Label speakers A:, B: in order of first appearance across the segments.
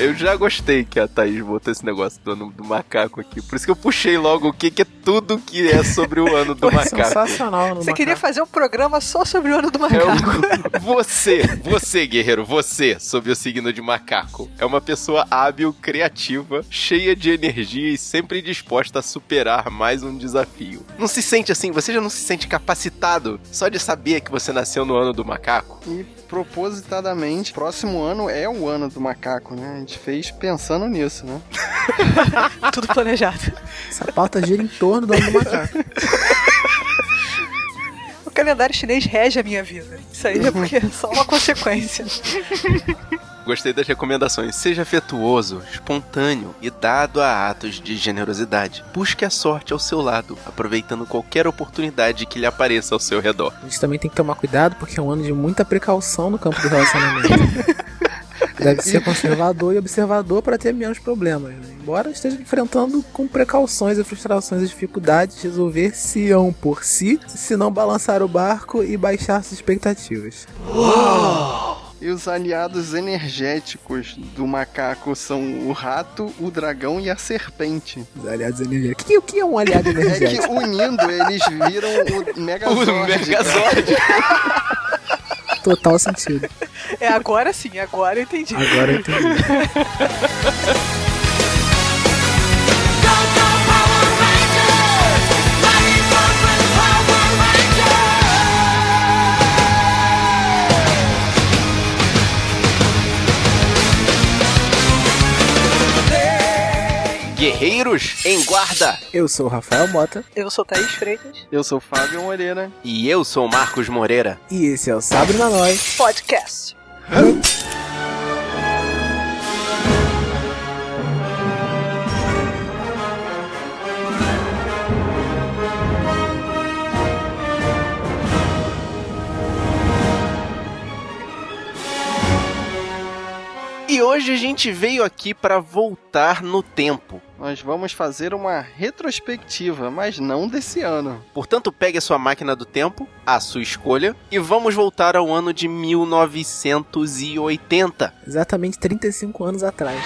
A: Eu já gostei que a Thaís botou esse negócio do ano do macaco aqui. Por isso que eu puxei logo o que, que é tudo que é sobre o ano do
B: Pô, é
A: macaco.
B: Sensacional. No
C: Você queria fazer um programa só sobre o ano do
A: É
C: macaco.
A: o- Você, você, guerreiro, você, sob o signo de macaco, é uma pessoa hábil, criativa, cheia de energia e sempre disposta a superar mais um desafio. Não se sente assim, você já não se sente capacitado só de saber que você nasceu no ano do macaco?
D: E propositadamente, próximo ano é o ano do macaco, né? A gente fez pensando nisso, né?
C: Tudo planejado.
B: Essa pauta gira em torno do ano do macaco.
C: O calendário chinês rege a minha vida. Isso aí é porque é só uma consequência.
A: Gostei das recomendações. Seja afetuoso, espontâneo e dado a atos de generosidade. Busque a sorte ao seu lado, aproveitando qualquer oportunidade que lhe apareça ao seu redor.
B: A gente também tem que tomar cuidado porque é um ano de muita precaução no campo do relacionamento. Deve ser conservador e observador para ter menos problemas. né? Embora esteja enfrentando com precauções e frustrações e dificuldades, resolver se ão por si, se não balançar o barco e baixar suas expectativas.
D: E os aliados energéticos do macaco são o rato, o dragão e a serpente.
B: Os aliados energéticos. O que, o que é um aliado
D: É que
B: energético?
D: unindo eles viram o Megazord.
A: o
D: cara.
A: Megazord!
B: Total sentido.
C: É agora sim, agora eu entendi.
B: Agora eu entendi.
A: Guerreiros em guarda!
B: Eu sou o Rafael Mota
C: Eu sou Thaís Freitas,
D: Eu sou Fábio Moreira.
A: E eu sou Marcos Moreira.
B: e esse é o Sabre na Nós.
C: podcast.
A: E hoje a gente veio aqui para voltar no tempo.
D: Nós vamos fazer uma retrospectiva, mas não desse ano.
A: Portanto, pegue a sua máquina do tempo, a sua escolha, e vamos voltar ao ano de 1980.
B: Exatamente 35 anos atrás.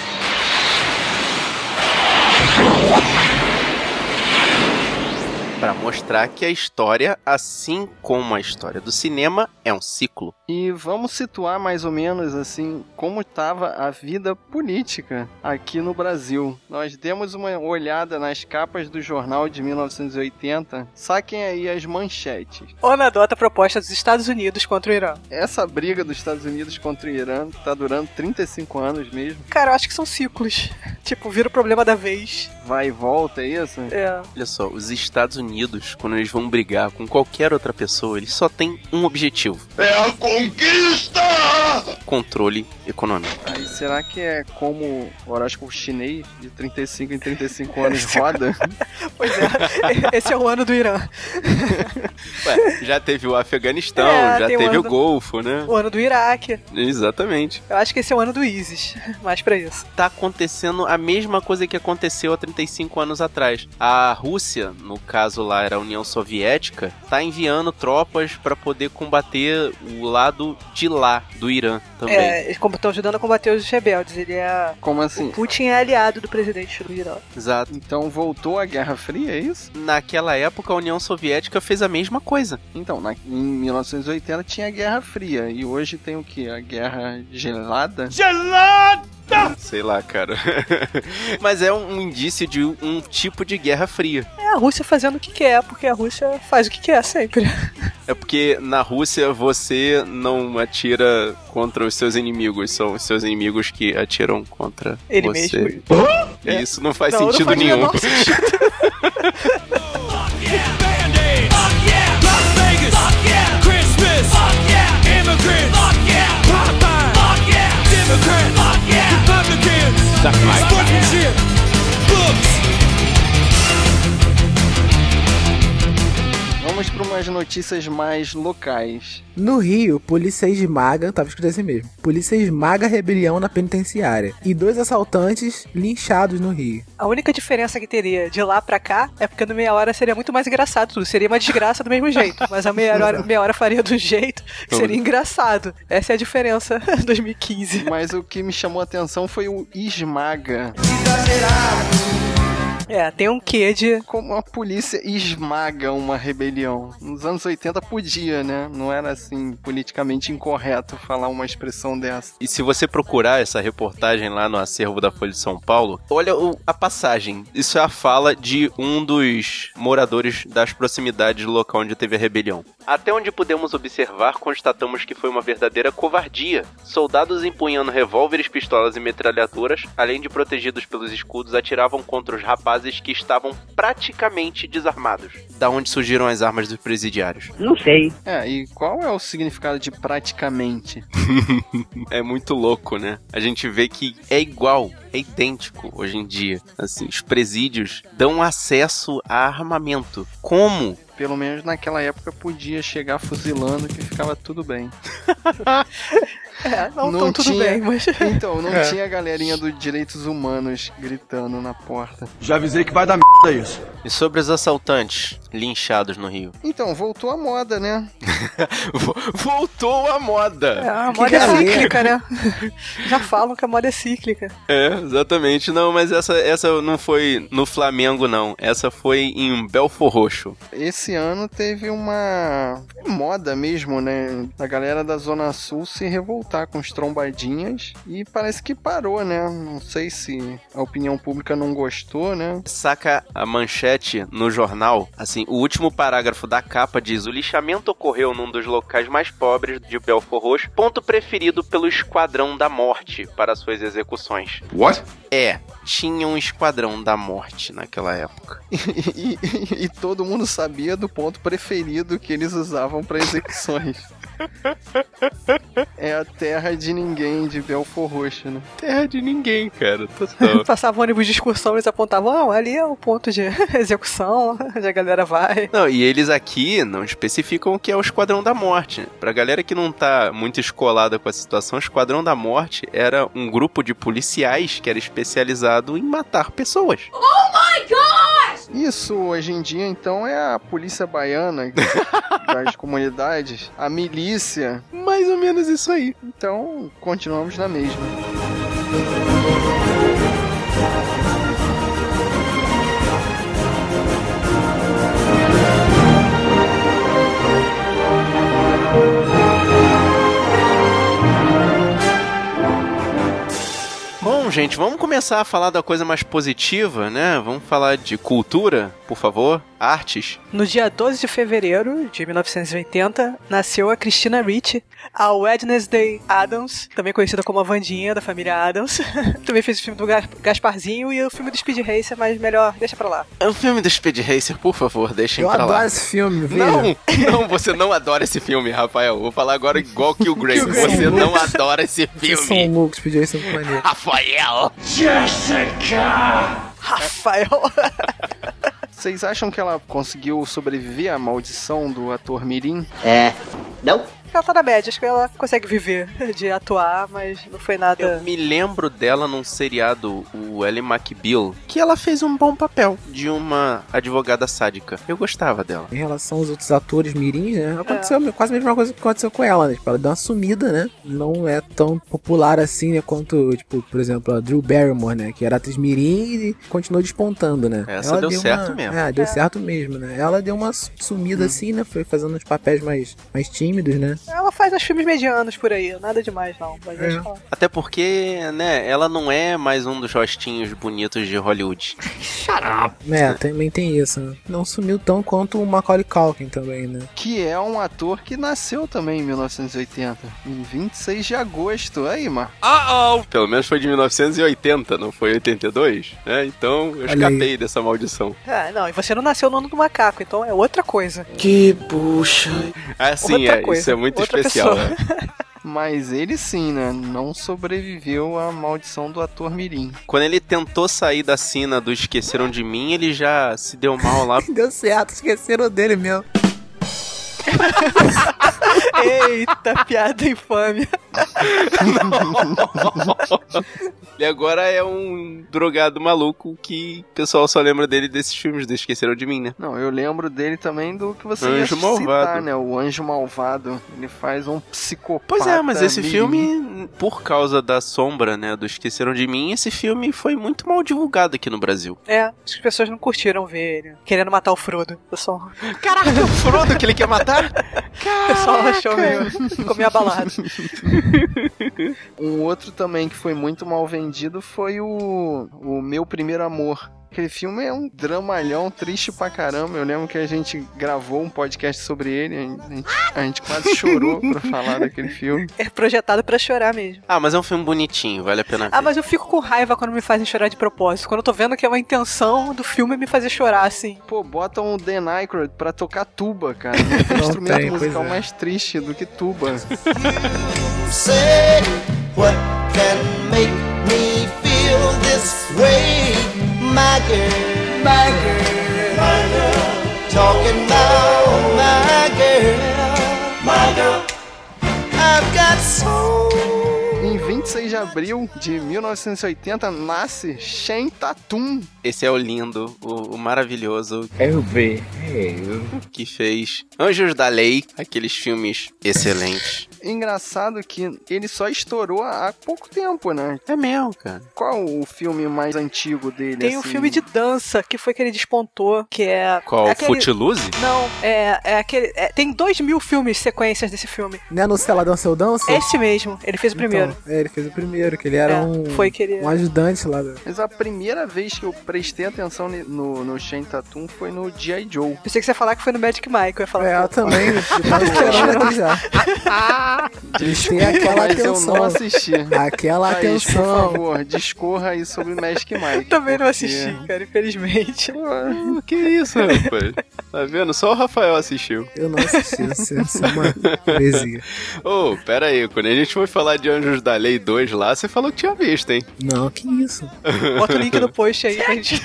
A: Pra mostrar que a história, assim como a história do cinema, é um ciclo.
D: E vamos situar mais ou menos assim como estava a vida política aqui no Brasil. Nós demos uma olhada nas capas do jornal de 1980. Saquem aí as manchetes.
C: ONU adota proposta dos Estados Unidos contra o Irã.
D: Essa briga dos Estados Unidos contra o Irã tá durando 35 anos mesmo.
C: Cara, eu acho que são ciclos. Tipo, vira o problema da vez.
D: Vai e volta, é isso?
C: É.
A: Olha só, os Estados Unidos, quando eles vão brigar com qualquer outra pessoa, eles só têm um objetivo:
E: É a conquista!
A: controle econômico.
D: Aí será que é como o horóscopo chinês de 35 em 35 anos roda?
C: Pois é, esse é o ano do Irã.
A: Ué, já teve o Afeganistão,
C: É,
A: já
C: tem o
A: teve
C: ano
A: o
C: do-
A: Golfo, né?
C: O ano do Iraque.
A: Exatamente.
C: Eu acho que esse é o ano do ISIS. Mais pra isso.
A: tá acontecendo a mesma coisa que aconteceu há 35 anos atrás. A Rússia, no caso lá era a União Soviética, tá enviando tropas pra poder combater o lado de lá do Irã também.
C: É, eles estão ajudando a combater os rebeldes. Ele é.
D: Como
C: O
D: assim?
C: Putin é aliado do presidente do Irã.
A: Exato.
D: Então voltou a Guerra Fria, é isso?
A: Naquela época a União Soviética fez a mesma coisa.
D: Então, na- em 1980 tinha a Guerra Fria e hoje tem o que? A Guerra Gelada?
A: Sei lá, cara. Mas é um indício de um tipo de guerra fria.
C: É a Rússia fazendo o que quer, porque a Rússia faz o que quer sempre.
A: É porque na Rússia você não atira contra os seus inimigos, são os seus inimigos que atiram contra
C: Ele
A: você.
C: mesmo.
A: E isso não faz
C: Não, não
A: sentido
C: faz o
A: nenhum.
C: menor sentido.
D: Vamos para uma umas notícias mais locais.
B: No Rio, polícia esmaga, tava escrito assim mesmo, polícia esmaga rebelião na penitenciária. E dois assaltantes linchados no Rio.
C: A única diferença que teria de lá pra cá é porque no meia hora seria muito mais engraçado tudo. Seria uma desgraça do mesmo jeito. Mas a meia hora, meia hora faria do jeito que seria engraçado. Essa é a diferença 2015.
D: Mas o que me chamou a atenção foi o esmaga.
C: É, tem um quê de.
D: Como a polícia esmaga uma rebelião. Nos anos 80 podia, né? Não era assim politicamente incorreto falar uma expressão dessa.
A: E se você procurar essa reportagem lá no acervo da Folha de São Paulo, olha o- a passagem. Isso é a fala de um dos moradores das proximidades do local onde teve a rebelião. Até onde pudemos observar, constatamos que foi uma verdadeira covardia. Soldados empunhando revólveres, pistolas e metralhadoras, além de protegidos pelos escudos, atiravam contra os rapazes que estavam praticamente desarmados. Da onde surgiram as armas dos presidiários.
F: Não sei.
D: É, e qual é o significado de praticamente?
A: É muito louco, né? A gente vê que é igual, é idêntico hoje em dia. Assim, os presídios dão acesso a armamento. Como?
D: Pelo menos naquela época podia chegar fuzilando que ficava tudo bem.
C: É, não,
D: Não
C: tão tudo
D: tinha.
C: bem, mas. é,
D: Então, não tinha a galerinha dos direitos humanos gritando na porta.
E: Já avisei que vai dar merda isso.
A: E sobre os assaltantes linchados no Rio?
D: Então, voltou a moda, né?
A: Voltou a
C: É,
A: moda!
C: a
B: Que
C: moda é
B: galera.
C: cíclica, né? Já falam que a moda é cíclica.
A: É, exatamente. Não, mas essa, essa não foi no Flamengo, não. Essa foi em Belfor Roxo.
D: Esse ano teve uma moda mesmo, né? A galera da Zona Sul se revoltar com os trombadinhas e parece que parou, né? Não sei se a opinião pública não gostou, né?
A: Saca a manchete no jornal, assim, o último parágrafo da capa diz: O lixamento ocorreu num dos locais mais pobres de Belfor Roxo, ponto preferido pelo Esquadrão da Morte para suas execuções.
E: What?
A: É, tinha um Esquadrão da Morte naquela época.
D: E, e- e todo mundo sabia do ponto preferido que eles usavam para execuções. É a terra de ninguém de Belfor Roxo, né?
A: Terra de ninguém, cara, total.
C: Passava ônibus de excursão, eles apontavam, "Ah, ali é o ponto de execução, onde a galera vai.
A: Não, e eles aqui não especificam o que é o Esquadrão da Morte. Pra galera que não tá muito escolada com a situação, o Esquadrão da Morte era um grupo de policiais que era especializado em matar pessoas.
D: Isso hoje em dia, então, é a polícia baiana das comunidades, a milícia.
A: Mais ou menos isso aí.
D: Então, continuamos na mesma.
A: Bom, gente, vamos começar a falar da coisa mais positiva, né? Vamos falar de cultura, por favor, artes.
C: No dia 12 de fevereiro de 1980, nasceu a Christina Ricci, a Wednesday Adams, também conhecida como a Vandinha da família Adams. também fez o filme do Gas- Gasparzinho e o filme do Speed Racer, mas melhor, deixa pra lá.
A: É o filme do Speed Racer, por favor, deixem
B: Eu
A: pra
B: adoro
A: lá.
B: esse filme, veja.
A: Não, não, você não adora esse filme, Rafael. Vou falar agora igual que o Grey.
B: Killgrave.
A: Você não adora esse
B: Vocês são
A: filme,
B: loucos, pediu isso no planeta.
A: Rafael.
C: Rafael!
D: Vocês acham que ela conseguiu sobreviver à maldição do ator Mirim?
C: ela tá na média, acho que ela consegue viver de atuar, mas não foi nada.
A: Eu me lembro dela num seriado, o Ellen McBeal, que ela fez um bom papel de uma advogada sádica. Eu gostava dela.
B: Em relação aos outros atores mirins, né? Aconteceu quase a mesma coisa que aconteceu com ela, né? Tipo, ela deu uma sumida, né? Não é tão popular assim, né? Quanto, tipo, por exemplo, a Drew Barrymore, né? Que era atriz mirim e continuou despontando, né?
A: Essa deu certo mesmo. Hum.
B: É, deu
C: É.
B: certo mesmo, né? Ela deu uma su- sumida assim, né? Foi fazendo uns papéis mais, mais tímidos, né?
C: Ela faz uns filmes medianos por aí, nada demais não. Mas
B: É.
C: acho que ela-
A: Até porque, né, ela não é mais um dos rostinhos bonitos de Hollywood.
B: É, também tem isso, né? Não sumiu tão quanto o Macaulay Culkin também, né?
D: Que é um ator que nasceu também em 1980, em 26 de agosto. Aí, Marco.
A: Pelo menos foi de 1980, não foi 82, né? Então eu
B: Olha aí.
A: dessa maldição.
C: Ah, não, e você não nasceu no ano do macaco, então é outra coisa.
A: Ah, sim,
C: Outra
A: é,
C: coisa,
A: isso é muito
C: outra
A: especial.
C: pessoa.
A: né?
D: Mas ele sim, né? Não sobreviveu à maldição do ator Mirim.
A: Quando ele tentou sair da cena do Esqueceram de Mim, ele já se deu mal lá.
B: Deu certo, esqueceram dele mesmo.
C: Eita, piada infame.
A: Ele agora é um drogado maluco que o pessoal só lembra dele desses filmes do Esqueceram de Mim, né?
D: Não, eu lembro dele também do que você
A: Anjo
D: ia
A: Malvado.
D: citar, né? O Anjo Malvado. Ele faz um psicopata.
A: Pois é, mas esse
D: mimimi.
A: filme, por causa da sombra, né, do Esqueceram de Mim, esse filme foi muito mal divulgado aqui no Brasil.
C: É, as pessoas não curtiram ver ele querendo matar o Frodo. O pessoal,
A: Caraca, o Frodo que ele quer matar?
C: o pessoal achou meio. Ficou meio abalado.
D: Um outro também que foi muito mal vendido foi o, o Meu Primeiro Amor. Aquele filme é um dramalhão triste pra caramba. Eu lembro que a gente gravou um podcast sobre ele. A gente, a gente quase chorou pra falar daquele filme.
C: É projetado pra chorar mesmo.
A: Ah, mas é um filme bonitinho, vale a pena ver.
C: Ah, mas eu fico com raiva quando me fazem chorar de propósito. Quando eu tô vendo que é uma intenção do filme me fazer chorar, assim.
D: Pô, botam o The Nycrod pra tocar tuba, cara. Não tem
B: Não
D: instrumento
B: tem, pois
D: musical
B: é.
D: mais triste do que tuba.
F: Say what can make me feel this way, my girl. My girl. My girl. Talking about my girl. My girl. I've got so
D: Em 26 de abril de 1980 nasce Shen Tatum.
A: Esse é o lindo, o, o maravilhoso,
D: É
G: Eu vi. Eu
A: que fez Anjos da Lei, aqueles filmes excelentes.
D: Engraçado que ele só estourou há pouco tempo, né?
A: É mesmo, cara.
D: Qual o filme mais antigo dele?
C: Tem um
D: assim?
C: filme de dança que foi que ele despontou, que é.
A: Qual?
C: aquele-
A: Footloose?
C: Não, é, é aquele. é- tem dois mil filmes, sequências desse filme.
B: Né, no Se Ela Dança Eu Danço?
C: Esse mesmo, É, ele fez o primeiro.
B: Então, é, ele fez o primeiro, que ele era
C: É,
B: um,
C: foi que ele-
B: um ajudante lá. da-
D: Mas a primeira vez que eu prestei atenção ne- no, no Shane Tatum foi no G.I. Joe.
C: Pensei que você ia falar que foi no Magic Mike. Eu ia falar.
B: É, ela
C: pô,
B: também, eu um tava esperando aqui já. Eles têm aquela
D: Mas eu
B: atenção.
D: não assisti.
B: Aquela
D: Thaís, por
B: atenção.
D: favor, discorra aí sobre Magic Mike.
C: eu também não
D: porque-
C: assisti, cara, infelizmente.
A: Que isso, rapaz? Tá vendo? Só o Rafael assistiu.
B: Eu não assisti, isso é isso é uma poesia.
A: Ô, pera aí, quando a gente foi falar de Anjos da Lei 2 lá, você falou que tinha visto, hein?
B: Não, que isso.
C: Bota o link no post aí pra gente.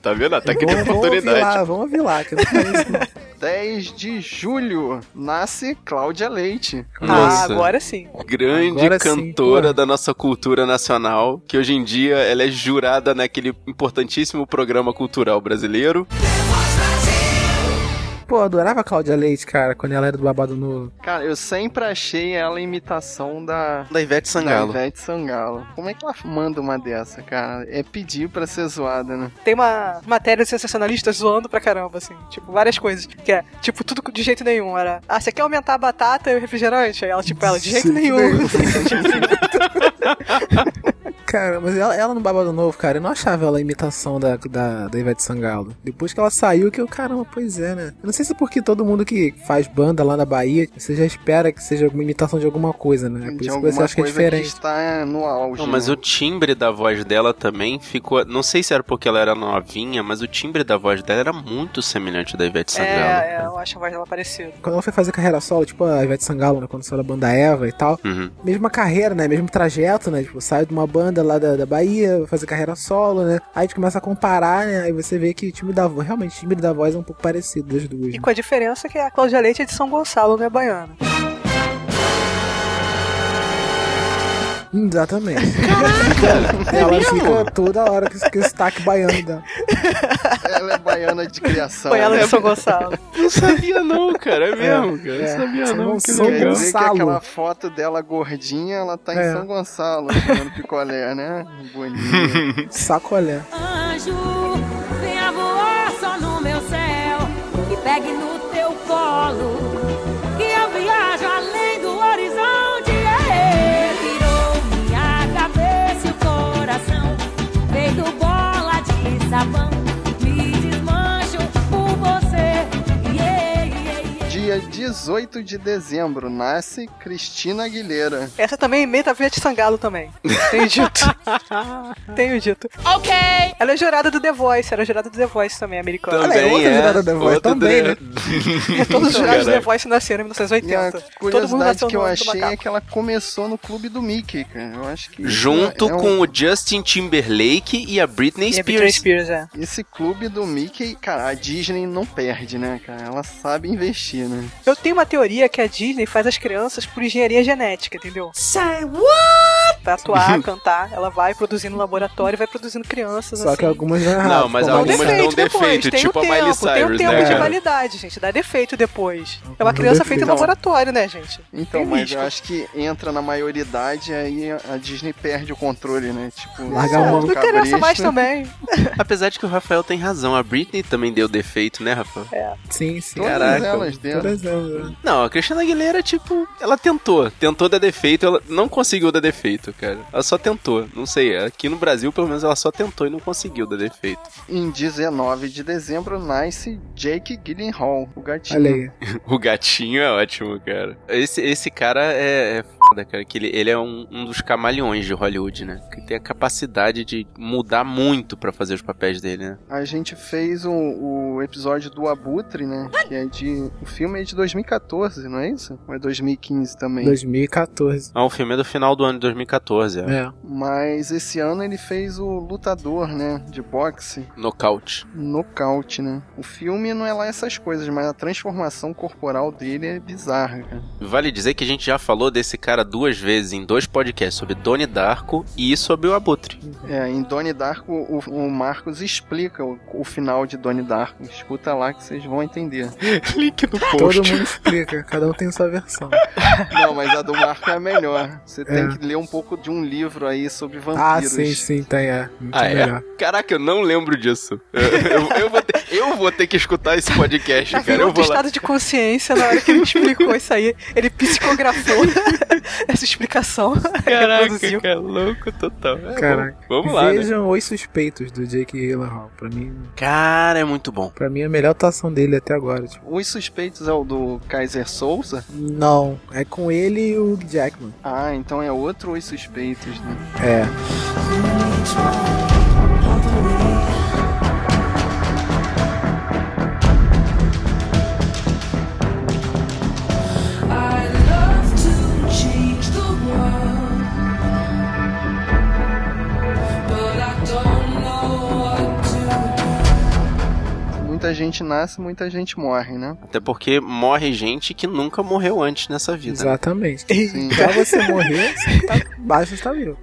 A: Tá vendo? Ataque de
B: Vamos, vamos ouvir
A: oportunidade.
B: lá, vamos ouvir lá, que eu não conheço, não.
D: 10 de julho nasce Cláudia Leite.
C: Ah,
A: Nossa.
C: agora sim.
A: Grande
B: Agora sim,
A: cantora
B: porra.
A: da nossa cultura nacional, que hoje em dia ela é jurada naquele importantíssimo programa cultural brasileiro.
B: Pô, eu adorava a Cláudia Leite, cara, quando ela era do Babado Nulo.
D: Cara, eu sempre achei ela imitação da.
A: Da Ivete
D: Da Ivete Sangalo. Como é que ela manda uma dessa, cara? É pedir pra ser zoada, né?
C: Tem uma matéria do sensacionalista zoando pra caramba, assim. Tipo, várias coisas. Que é, tipo, tudo de jeito nenhum. Era, ah, você quer aumentar a batata e o refrigerante? Aí ela, tipo, ela, de jeito nenhum.
B: Cara, mas ela, ela no Babado Novo, cara, eu não achava ela a imitação da, da, da Ivete Sangalo. Depois que ela saiu, que eu, caramba, pois é, né? Eu não sei se é porque todo mundo que faz banda lá na Bahia, você já espera que seja alguma imitação de alguma coisa, né? Por
D: de
B: isso que
D: alguma
B: você acha que é
D: coisa que
B: diferente.
D: está no auge.
A: Não, mas
D: né?
A: o timbre da voz dela também ficou. Não sei se era porque ela era novinha, mas o timbre da voz dela era muito semelhante da Ivete
C: é,
A: Sangalo.
C: é, eu acho a voz dela parecida.
B: Quando ela foi fazer carreira solo, tipo a Ivete Sangalo, né? Quando saiu da banda Eva e tal,
A: Uhum.
B: mesma carreira, né? Mesmo trajeto, né? Tipo, sai de uma banda lá da, da Bahia, vai fazer carreira solo, né? Aí a gente começa a comparar, né? Aí você vê que o time da voz, realmente, o time da voz é um pouco parecido das duas.
C: E
B: né?
C: com a diferença que a Cláudia Leite é de São Gonçalo, não é baiana.
B: Exatamente. Ela fica toda hora com esse com esse sotaque baiano dela.
D: Ela é baiana de criação.
C: Foi ela
D: né?
C: de São Gonçalo.
A: Não sabia, não, cara. É mesmo, cara.
B: é.
A: Não sabia,
B: São
A: não. Que
B: Gonçalo.
A: legal.
D: Quer dizer
B: Gonçalo.
D: que aquela foto dela gordinha, ela tá em
B: É.
D: São Gonçalo, comendo picolé, né? Bonito.
B: Sacolé.
H: Anjo, venha voar só no meu céu. Que pegue no teu colo. Que eu viajo além do horizonte. Ê, Virou minha cabeça e o coração. Feito bola de sabão. Me desmancho por você. Yeah, yeah, yeah.
D: Dia 18 de dezembro, nasce Cristina Aguilera.
C: Essa também é imita a Ivete Sangalo também. Tenho dito. Tenho dito.
H: Ok!
C: Ela é jurada do The Voice, era jurada do The Voice também, americana.
B: Olha aí, outra
A: é,
B: jurada da voz, também, né?
C: É,
A: Então,
C: Todos os jurados do The
A: Caraca.
C: Voice nasceram em
D: E a
C: 1980. Todo mundo
D: curiosidade
C: nasceu
D: que eu
C: no ano do
D: achei é
C: macaco.
D: que ela começou no clube do Mickey, cara. Eu acho que. isso
A: Junto
D: é um-
A: com o Justin Timberlake e a Britney
C: E a
A: Spears.
C: Britney Spears, é.
D: Esse clube do Mickey, cara, a Disney não perde, né, cara? Ela sabe investir, né?
C: Eu tenho uma teoria que a Disney faz as crianças por engenharia genética, entendeu?
H: Say
C: Pra atuar, cantar, ela vai produzindo laboratório, vai produzindo crianças
B: Só
C: assim. um
B: que algumas dão errado.
A: Não, mas
B: como a
A: algumas
B: Disney.
A: dão
C: depois,
A: defeito,
C: tem
A: tipo
C: o
A: a
C: tempo,
A: Miley
C: Tem o
A: Cyrus,
C: tempo
A: né,
C: de
A: cara?
C: validade, gente, dá defeito depois. É uma
B: Algumas
C: criança
B: dão
C: feita em
B: defeito.
C: laboratório, né, gente?
D: Então,
C: Tem
D: mas
C: risco.
D: eu acho que entra na maioridade aí a Disney perde o controle, né? Tipo,
B: Largar
D: solta
B: uma-
D: o
C: Não interessa
D: cabresto.
C: mais também.
A: Apesar de que o Rafael tem razão, a Britney também deu defeito, né, Rafa?
B: Sim, sim.
D: Todas
A: Caraca.
D: elas dentro.
B: Todas elas.
A: Não, a Cristina Aguilera, tipo, ela tentou. Tentou dar defeito, ela não conseguiu dar defeito, cara. Ela só tentou. Não sei, aqui no Brasil, pelo menos, ela só tentou e não conseguiu dar defeito.
D: Em 19 de dezembro nasce Jake Gyllenhaal, o gatinho.
B: Olha aí.
A: O gatinho é ótimo, cara. Esse, esse cara é, é foda, cara. Que ele, ele é um, um dos camaleões de Hollywood, né? Que tem a capacidade de mudar muito pra fazer os papéis dele, né?
D: A gente fez o, o episódio do Abutre, né? Que é de. O filme é de 2014, não é isso? Ou é 2015 também?
B: 2014.
A: Ah, o filme é do final do ano de 2014, é.
B: É.
D: Mas esse ano ele fez o Lutador, né? De boxe.
A: Nocaute.
D: Nocaute, né? O filme não é lá essas coisas, mas a transformação corporal dele é bizarra, cara.
A: Vale dizer que a gente já falou desse cara duas vezes em dois podcasts, sobre Donnie Darko e sobre o Abutre.
D: É, em Donnie Darko, o, o Marcos explica o, o final de Donnie Darko. Escuta lá que vocês vão entender.
A: Link no
B: Todo mundo explica, cada um tem sua versão.
D: Não, mas a do Marco é a melhor. Você tem
B: É.
D: que ler um pouco de um livro aí sobre
B: Ah,
D: vampiros.
B: sim, sim, tem, é. Muito
A: Ah, é?
B: melhor.
A: Caraca, eu não lembro disso. Eu, eu- eu vou, ter, eu vou ter que escutar esse podcast,
C: Já
A: cara.
C: virou
A: Eu
C: outro
A: vou lá.
C: estado um de consciência na hora que ele explicou isso aí. Ele psicografou essa explicação.
A: Caraca,
C: reproduziu.
A: cara, é louco total. É,
B: Caraca.
A: bom, Vamos lá, né?
B: Vejam Os Suspeitos, do Jake Gyllenhaal. Pra mim,
A: Cara, é muito bom.
B: pra mim, é a melhor atuação dele até agora. Tipo.
D: Os suspeitos é o do Kaiser Souza?
B: Não, é com ele e o Hugh Jackman.
D: Ah, então é outro Os Suspeitos, né?
B: É.
H: I love to change the world, but I don't know what to
D: Muita gente nasce, muita gente morre, né?
A: Até porque morre gente que nunca morreu antes nessa vida. né?
B: Exatamente.
D: Sim.
B: Pra você morrer, você tá baixo, você tá vivo.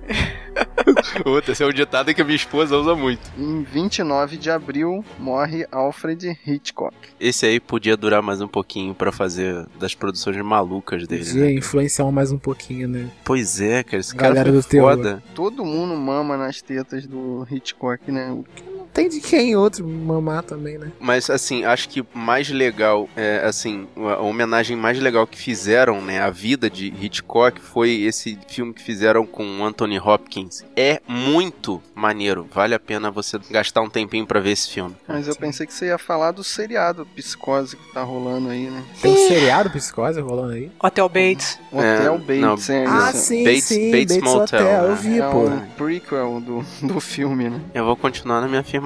A: Puta, esse é um ditado que a minha esposa usa muito.
D: Em 29 de abril morre Alfred Hitchcock.
A: Esse aí podia durar mais um pouquinho pra fazer das produções malucas dele, né?
B: De influenciar mais um pouquinho, né?
A: Pois é, cara, esse
B: Galera
A: cara
B: do
A: foi
B: terror.
A: foda.
D: Todo mundo mama nas tetas do Hitchcock, né?
B: Não tem de quem outro mamar também, né?
A: Mas assim, acho que mais legal, é, assim, a homenagem mais legal que fizeram, né, à vida de Hitchcock foi esse filme que fizeram com o Anthony Hopkins. É muito maneiro, vale a pena você gastar um tempinho pra ver esse filme.
D: Mas eu pensei que você ia falar do seriado Psicose que tá rolando aí, né?
B: Tem um seriado psicose rolando aí?
C: Hotel Bates.
D: Hotel
A: É,
D: Bates, é
B: Ah,
D: isso.
B: sim,
A: Bates-
B: sim,
A: Bates
B: Bates,
A: Motel,
B: Motel.
A: né?
B: Eu vi,
D: É
B: pô.
D: o prequel do, do filme, né?
A: Eu vou continuar na minha afirmação.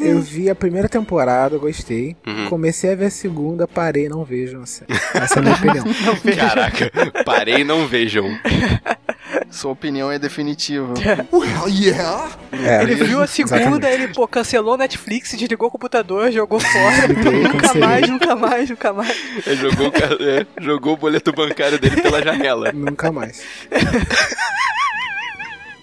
B: Eu vi a primeira temporada, eu gostei.
A: Uhum.
B: Comecei a ver a segunda, parei, não vejam. Essa essa é a minha opinião.
A: Caraca, parei e não vejam.
D: Sua opinião é definitiva.
B: É,
C: Ele viu a segunda,
B: exatamente.
C: ele pô, cancelou o Netflix, desligou o computador, jogou fora.
B: Desligou,
C: nunca
B: cancelei.
C: mais, nunca mais, nunca mais.
A: É, jogou, o ca- é, jogou o boleto bancário dele pela janela.
B: Nunca mais.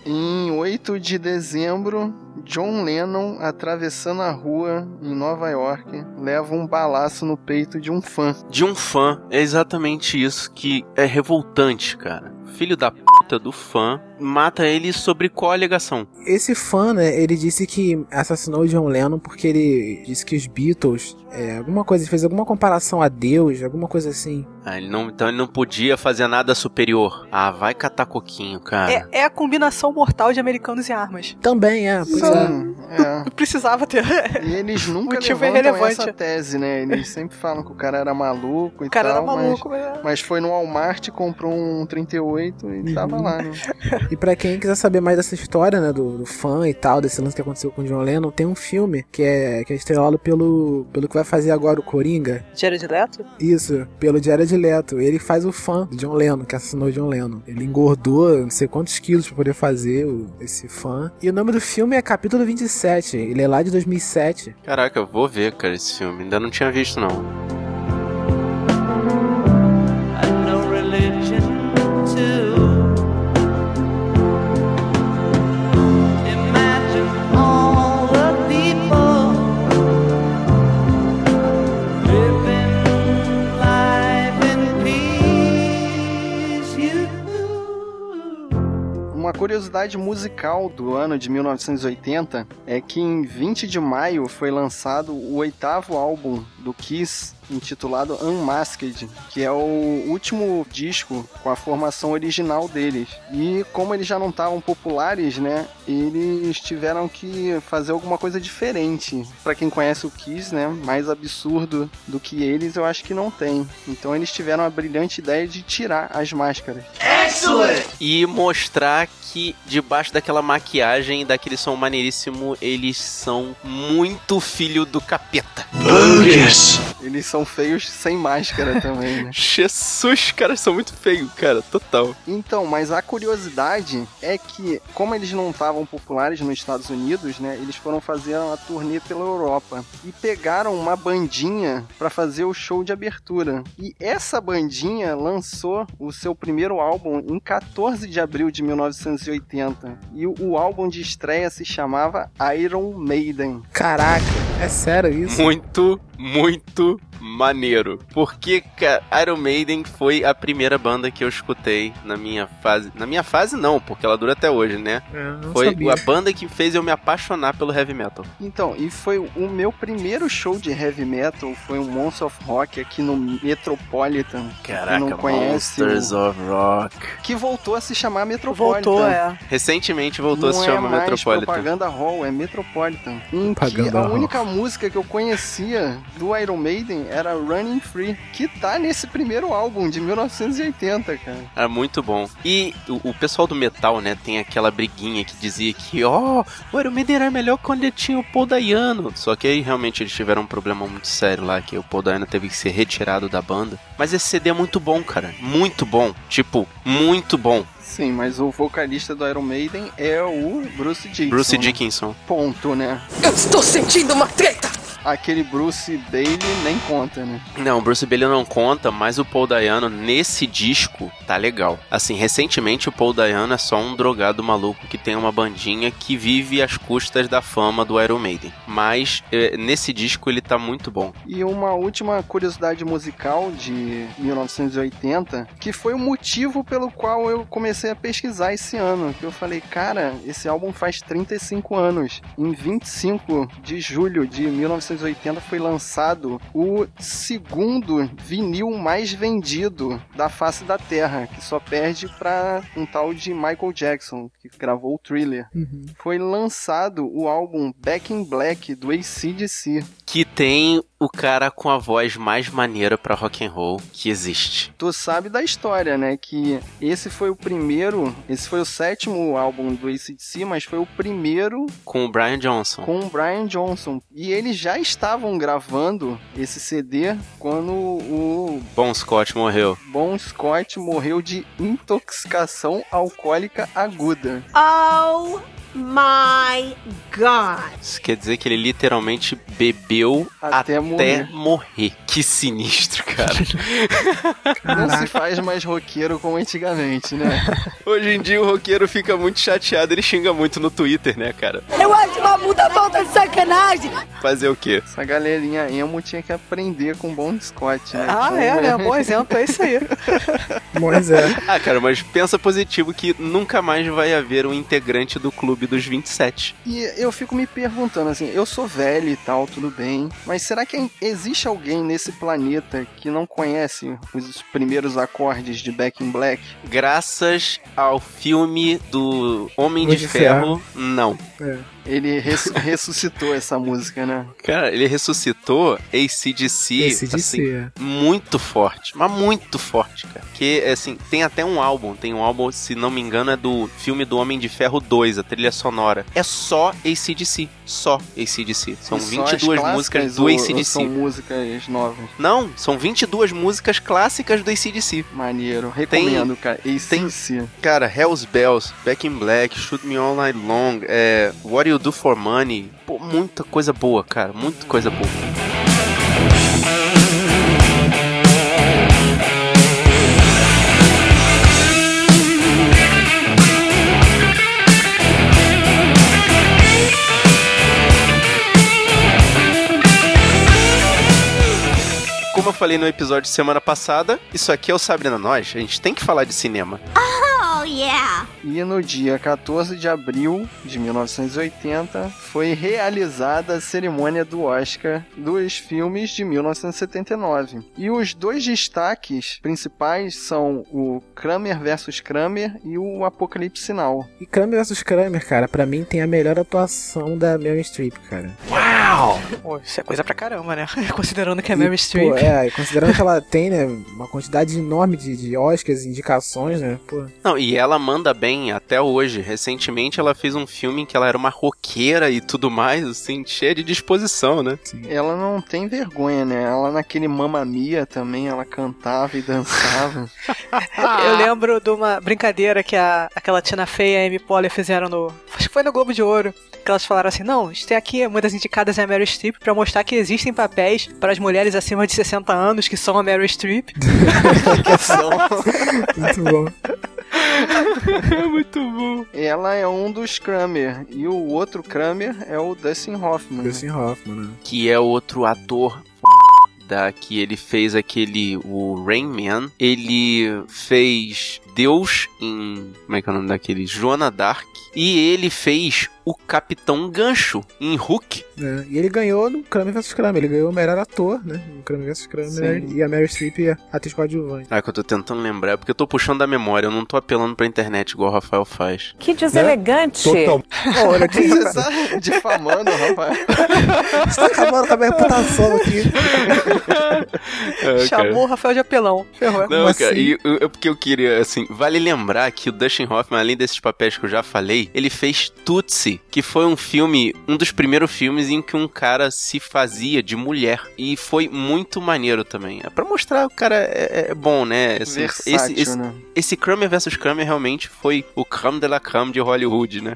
D: Em 8 de dezembro, John Lennon, atravessando a rua em Nova York, leva um balaço no peito de um fã.
A: De um fã, é exatamente isso que é revoltante, cara. Filho da puta do fã, mata ele sobre qual alegação?
B: Esse fã, né, ele disse que assassinou o John Lennon porque ele disse que os Beatles, é, alguma coisa, ele fez alguma comparação a Deus, alguma coisa assim.
A: Ah, ele não, então ele não podia fazer nada superior. Ah, vai catar coquinho, cara.
C: É, é a combinação mortal de americanos e armas.
B: Também é, pois é.
D: Sim, é.
C: Não precisava ter.
D: E eles nunca
C: Motivo é
D: levantam
C: irrelevante.
D: essa tese, né? Eles sempre falam que o cara era maluco e
C: O cara
D: tal,
C: era maluco, mas...
D: Mas, mas foi no Walmart, comprou um 38 e
B: Uhum.
D: tava lá, né?
B: E pra quem quiser saber mais dessa história, né, do, do fã e tal, desse lance que aconteceu com o John Lennon, tem um filme que é, que é estrelado pelo, pelo que vai fazer agora o Coringa,
C: Jared Leto?
B: Isso, pelo Diário de Leto. Ele faz o fã do John Lennon, que assassinou o John Lennon. Ele engordou não sei quantos quilos pra poder fazer o- esse fã. E o nome do filme é Capítulo 27. Ele é lá de 2007.
A: Caraca, eu vou ver, cara, esse filme. Ainda não tinha visto, não.
D: curiosidade musical do ano de 1980 é que em 20 de maio foi lançado o oitavo álbum do Kiss, intitulado Unmasked, que é o último disco com a formação original deles. E como eles já não estavam populares, né, eles tiveram que fazer alguma coisa diferente. Pra quem conhece o Kiss, né, mais absurdo do que eles, eu acho que não tem. Então eles tiveram a brilhante ideia de tirar as máscaras.
A: E mostrar que debaixo daquela maquiagem, e daquele som maneiríssimo, eles são muito filho do capeta.
D: Eles são feios sem máscara também, né?
I: Jesus, caras são muito feios, cara, total.
D: Então, mas a curiosidade é que, como eles não estavam populares nos Estados Unidos, né? Eles foram fazer uma turnê pela Europa e pegaram uma bandinha pra fazer o show de abertura. E essa bandinha lançou o seu primeiro álbum em 14 de abril de 1980. E o- o álbum de estreia se chamava Iron Maiden.
B: Caraca, é sério isso?
I: Muito, muito maneiro.
A: Porque, cara, Iron Maiden foi a primeira banda que eu escutei na minha fase. Na minha fase, não, porque ela dura até hoje, né?
B: Eu não
A: Foi
B: sabia.
A: a banda que fez eu me apaixonar pelo heavy metal.
D: Então, e foi o meu primeiro show de heavy metal, foi um Monster of Rock aqui no Metropolitan,
A: Caraca,
D: não conhece
A: Monsters of Rock.
D: que voltou a se chamar Metropolitan.
C: Voltou, é.
A: Recentemente voltou
D: não
A: a se
D: é
A: chamar
D: mais
A: Metropolitan.
D: Propaganda Hall, é Metropolitan. Em que
B: Propaganda
D: a
B: Hall.
D: única música que eu conhecia do Iron Maiden era Running Free, que tá nesse primeiro álbum de 1980, cara.
A: Era É muito bom. E o, o pessoal do metal, né, tem aquela briguinha que dizia que, ó, o Iron Maiden era melhor quando ele tinha o Paul Dayano. Só que aí realmente eles tiveram um problema muito sério lá, que o Paul Dayano teve que ser retirado da banda. Mas esse CD é muito bom, cara. Muito bom. Tipo, muito bom.
D: Sim, mas o vocalista do Iron Maiden é o Bruce Dickinson.
A: Bruce
D: né?
A: Dickinson.
D: Ponto, né?
J: Eu estou sentindo uma treta!
D: Aquele Bruce Bailey nem conta, né?
A: Não, o Bruce Bailey não conta, mas o Paul Dayano nesse disco tá legal. Assim, recentemente o Paul Dayano é só um drogado maluco que tem uma bandinha que vive às custas da fama do Iron Maiden. Mas eh, nesse disco ele tá muito bom.
D: E uma última curiosidade musical de 1980, que foi o motivo pelo qual eu comecei a pesquisar esse ano. Que eu falei, cara, esse álbum faz 35 anos. Em 25 de julho de 1980 foi lançado o segundo vinil mais vendido da face da Terra, que só perde pra um tal de Michael Jackson, que gravou o Thriller.
B: Uhum.
D: Foi lançado o álbum Back in Black do ACDC.
A: Que tem o cara com a voz mais maneira pra rock and roll que existe.
D: Tu sabe da história, né? Que esse foi o primeiro, esse foi o sétimo álbum do ACDC, mas foi o primeiro
A: Com o Brian Johnson.
D: com o Brian Johnson. E eles já estavam gravando esse CD quando o
A: Bom, Scott morreu.
D: Bon Scott morreu de intoxicação alcoólica aguda.
H: Oh my god.
A: Isso quer dizer que ele literalmente bebeu
D: Até
A: até,
D: morrer.
A: morrer. Que sinistro, cara.
D: Não se faz mais roqueiro como antigamente, né?
I: Hoje em dia o roqueiro fica muito chateado, ele xinga muito no Twitter, né, cara?
H: Eu acho uma puta falta de sacanagem.
I: Fazer o quê?
D: Essa galerinha emo tinha que aprender com o Bon Scott,
B: então.
D: né?
C: Ah,
D: Como
C: é, né? Bom exemplo, é isso aí.
B: Pois é.
A: Ah, cara, mas pensa positivo que nunca mais vai haver um integrante do clube dos 27.
D: E eu fico me perguntando assim, eu sou velho e tal, tudo bem, mas será que existe alguém nesse planeta que não conhece os primeiros acordes de Back in Black?
A: Graças ao filme do Homem
B: Homem
A: de,
B: de
A: Ferro, não.
D: Ele res- ressuscitou essa música, né?
A: Cara, ele ressuscitou ACDC,
B: Esse de
A: assim,
B: ser.
A: muito forte, mas muito forte, cara. Que, assim, tem até um álbum, tem um álbum, se não me engano, é do filme do Homem de Ferro 2, a trilha sonora. É só ACDC, só ACDC. São
D: E só as
A: 22 músicas
D: clássicas
A: do
D: ou- ou
A: ACDC.
D: São músicas novas.
A: Não, são 22 músicas clássicas do ACDC.
D: Maneiro, recomendo, cara. ACDC.
A: Cara, Hell's Bells, Back in Black, Shoot Me All Night Long, é, What You Do For Money, pô, muita coisa boa, cara, muita coisa boa. Como eu falei no episódio de semana passada, isso aqui é o Sabrina Nós, a gente tem que falar de cinema.
H: Oh yeah!
D: E no dia 14 de abril de 1980 foi realizada a cerimônia do Oscar dos filmes de 1979. E os dois destaques principais são o Kramer versus Kramer e o Apocalipse Now.
B: E Kramer versus Kramer, cara, pra mim tem a melhor atuação da Meryl Streep, cara.
C: Uau! Pô, isso é coisa pra caramba, né? Considerando que é Meryl Streep.
B: Pô, é, e considerando que ela tem, né, uma quantidade enorme de, de Oscars e indicações, né? Pô.
A: Não, e ela manda bem até hoje. Recentemente ela fez um filme em que ela era uma roqueira e tudo mais, assim, cheia de disposição, né?
D: Ela não tem vergonha, né? Ela naquele Mamma Mia também, ela cantava e dançava.
F: Ah.
C: Eu lembro de uma brincadeira que a, aquela Tina Fey e a Amy Poehler fizeram no... Acho que foi no Globo de Ouro. Que elas falaram assim, não, isso tem aqui uma das indicadas é a Meryl Streep pra mostrar que existem papéis para as mulheres acima de 60 anos que são a Meryl Streep.
D: que são...
B: Muito bom.
A: É muito bom.
D: Ela é um dos Kramer. E o outro Kramer é o Dustin Hoffman.
B: Dustin Hoffman, né?
A: Que é outro ator da que ele fez aquele o Rain Man, ele fez Deus em como é que é o nome daquele Joana Dark e ele fez o Capitão Gancho em Hook.
B: É, e ele ganhou no Kramer vs Kramer, ele ganhou o melhor ator, né? No Kramer vs Kramer
D: Sim.
B: e a Mary Streep é a atriz coadjuvante.
A: Ah, que eu tô tentando lembrar, é porque eu tô puxando da memória, eu não tô apelando pra internet igual o Rafael faz.
K: Que deselegante.
B: Pô, olha que
D: Você tá difamando, rapaz.
B: Você tá acabando com a minha reputação aqui.
A: É, cara.
C: Chamou o Rafael de apelão. Ferrou. é
A: Não,
B: Como
A: cara,
B: assim?
A: e eu- eu- porque eu queria, assim, vale lembrar que o Dustin Hoffman, além desses papéis que eu já falei, ele fez Tootsie, que foi um filme, um dos primeiros filmes em que um cara se fazia de mulher. E foi muito maneiro também. É pra mostrar o cara é, é- é bom, né? Assim,
D: Versátil,
A: esse, esse,
D: né?
A: esse Kramer versus Kramer realmente foi o creme de la creme de Hollywood, né?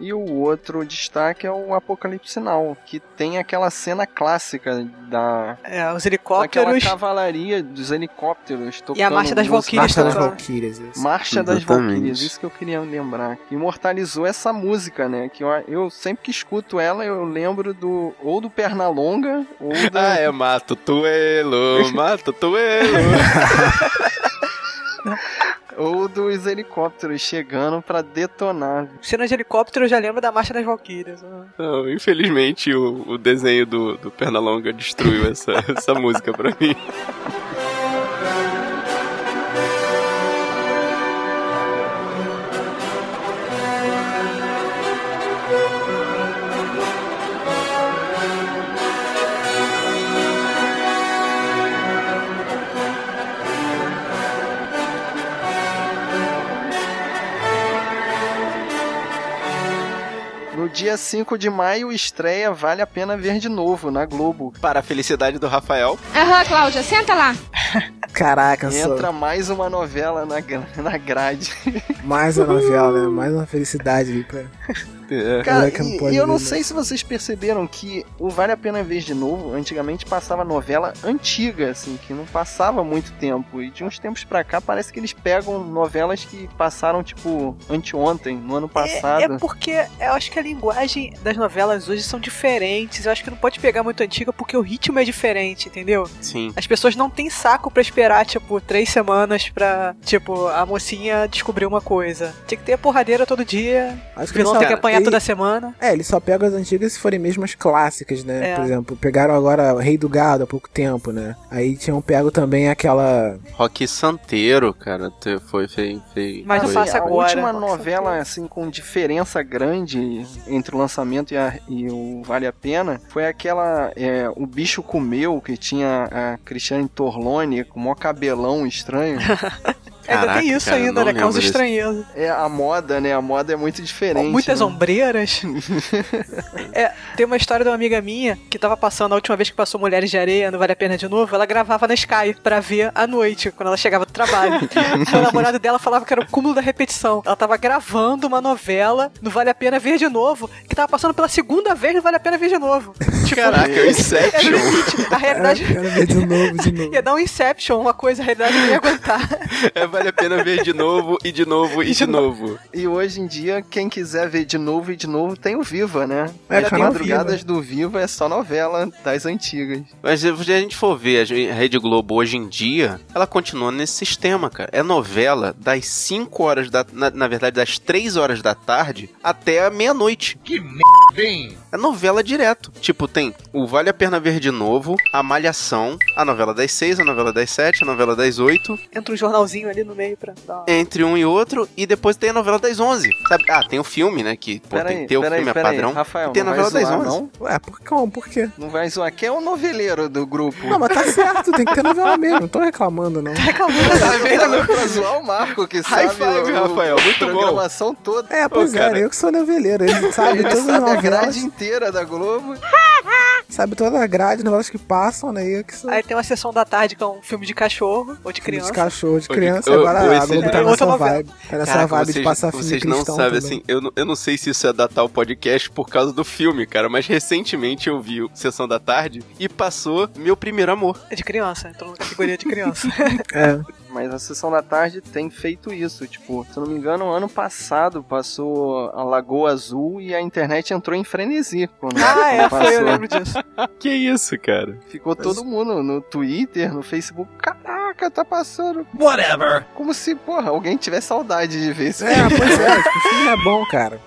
D: E o outro destaque é o Apocalipse Now, que tem aquela cena clássica da
C: É, os
D: daquela
C: helicópteros.
D: cavalaria dos helicópteros tocando
C: E a Marcha das
D: música.
C: Valquírias
B: Marcha das
C: tocando.
B: Valkyrias. isso.
D: Marcha das
A: Exatamente.
D: Valquírias, isso que eu queria lembrar. Que imortalizou essa música, né? Que eu, eu sempre que escuto ela, eu lembro do ou do Pernalonga ou da
A: Ah, é Mato Tuelo, Mato é Tuelo.
D: ou dos helicópteros chegando pra detonar.
C: Cena de helicóptero eu já lembro da Marcha das Valquírias. né?
A: Não, infelizmente o, o desenho do, do Pernalonga destruiu essa, essa música pra mim.
D: No dia 5 de maio estreia Vale a Pena Ver de Novo na Globo.
A: Para a felicidade do Rafael,
H: Aham, Cláudia, senta lá.
B: Caraca, só.
D: Entra mais uma novela na, gra- na grade.
B: Mais uma novela, né? Mais uma felicidade aí pra
D: Cara,
B: Caraca, não
D: e,
B: pode
D: e eu não
B: ver, né?
D: sei se vocês perceberam que o Vale a Pena Ver de Novo, antigamente passava novela antiga, assim, que não passava muito tempo. E de uns tempos pra cá parece que eles pegam novelas que passaram, tipo, anteontem, no ano
C: É,
D: passado.
C: é porque eu acho que a linguagem das novelas hoje são diferentes. Eu acho que não pode pegar muito antiga porque o ritmo é diferente, entendeu?
A: sim.
C: As pessoas não têm saco pra esperar, tipo, três semanas pra, tipo, a mocinha descobrir uma coisa. Tinha que ter a porradeira todo dia,
B: Acho
C: o vilão
B: eles
C: tem
B: só-
C: que apanhar
B: ele-
C: toda semana.
B: É, eles só pegam as antigas se forem mesmo as clássicas, né?
C: É.
B: Por exemplo, pegaram agora o Rei do Gado há pouco tempo, né? Aí tinham pego também aquela.
A: Rock Santeiro, cara, te- foi feio. feio
C: Mas não
A: foi.
C: faça
D: a
C: agora.
D: última novela, assim, com diferença grande entre o lançamento e, a- e o Vale a Pena foi aquela é, O Bicho Comeu, que tinha a Cristiane Torlone com o maior cabelão estranho.
C: ainda
A: Caraca,
C: tem isso
A: cara, eu
C: ainda,
A: não
C: né? Causa
A: lembro disso.
C: estranheza.
D: É a moda, né? A moda é muito diferente.
C: Muitas
D: né?
C: ombreiras. É, tem uma história de uma amiga minha que tava passando, a última vez que passou Mulheres de Areia, não vale a pena de novo, ela gravava na Sky pra ver à noite, quando ela chegava do trabalho. Aí o namorado dela falava que era o cúmulo da repetição. Ela tava gravando uma novela, não vale a pena ver de novo, que tava passando pela segunda vez, não vale a pena ver de novo. Tipo,
A: Caraca, é o Inception.
C: a realidade
B: Ah,
C: é
B: Quero ver de novo, de novo.
C: ia dar um Inception, uma coisa, a realidade não ia aguentar.
A: É, vale a pena ver de novo e de novo e de novo.
D: E hoje em dia, quem quiser ver de novo e de novo, tem o Viva, né? É, As
B: canal
D: madrugadas do Viva é só novela das antigas.
L: Mas se a gente for ver a gen- Rede Globo hoje em dia, ela continua nesse sistema, cara. É novela das 5 horas da. Na, na verdade, das 3 horas da tarde até a meia-noite. Que merda, hein? É novela direto. Tipo, tem o Vale a Pena Ver de Novo, a Malhação, a novela das 6, a novela das 7, a novela das 8.
C: Entra um jornalzinho ali no meio pra dar uma...
L: Entre um e outro, e depois tem a novela das 11. Sabe? Ah, tem o filme, né? Que pô, tem que ter o filme, é padrão.
D: Rafael,
L: e tem a
D: não
L: novela
D: vai
L: das
D: zoar,
L: 11.
D: não?
B: Ué, por, como? Por quê?
D: Não vai zoar. Quem é o noveleiro do grupo?
B: Não, mas tá certo, tem que ter novela mesmo, não tô reclamando, não.
D: Tá vendo? Pra zoar o Marco, que sabe
A: High five,
D: o-
A: Rafael,
D: a
A: muito bom.
D: programação toda.
B: É, pois
A: Ô,
B: é,
A: cara.
B: eu que sou noveleiro, ele sabe
D: Ele
B: todas as
D: sabe a
B: novelas,
D: grade inteira da Globo.
B: sabe toda a grade, novelas que passam, né? Eu que sou
C: Aí tem uma sessão da tarde que é um filme de cachorro ou de
B: de
C: criança.
B: cachorro, de
A: Ô,
B: criança,
A: ô, ô,
B: agora a
A: esse-
B: Globo
C: é
B: tá
C: outra
B: nessa
C: novela.
B: vibe, tá nessa
L: Caraca,
B: vibe de
L: vocês-
B: passar filme
L: Vocês não
B: cristão
L: sabem,
B: também.
L: assim, eu, não- eu não sei se isso é datar o podcast por causa do filme, cara, mas recentemente eu vi o Sessão da Tarde e passou Meu Primeiro Amor.
C: É de criança, entrou na categoria de criança.
B: É.
D: Mas a Sessão da Tarde tem feito isso. Tipo, se eu não me engano, ano passado passou a Lagoa Azul e a internet entrou em frenesi. Quando
C: ah, é,
D: passou.
C: foi, eu lembro disso.
A: Que isso, cara?
D: Ficou todo mundo no Twitter, no Facebook. Caraca, tá passando.
E: Whatever.
D: Como se, porra, alguém tivesse saudade de ver esse
B: É, pois é, tipo, o filme é bom, cara.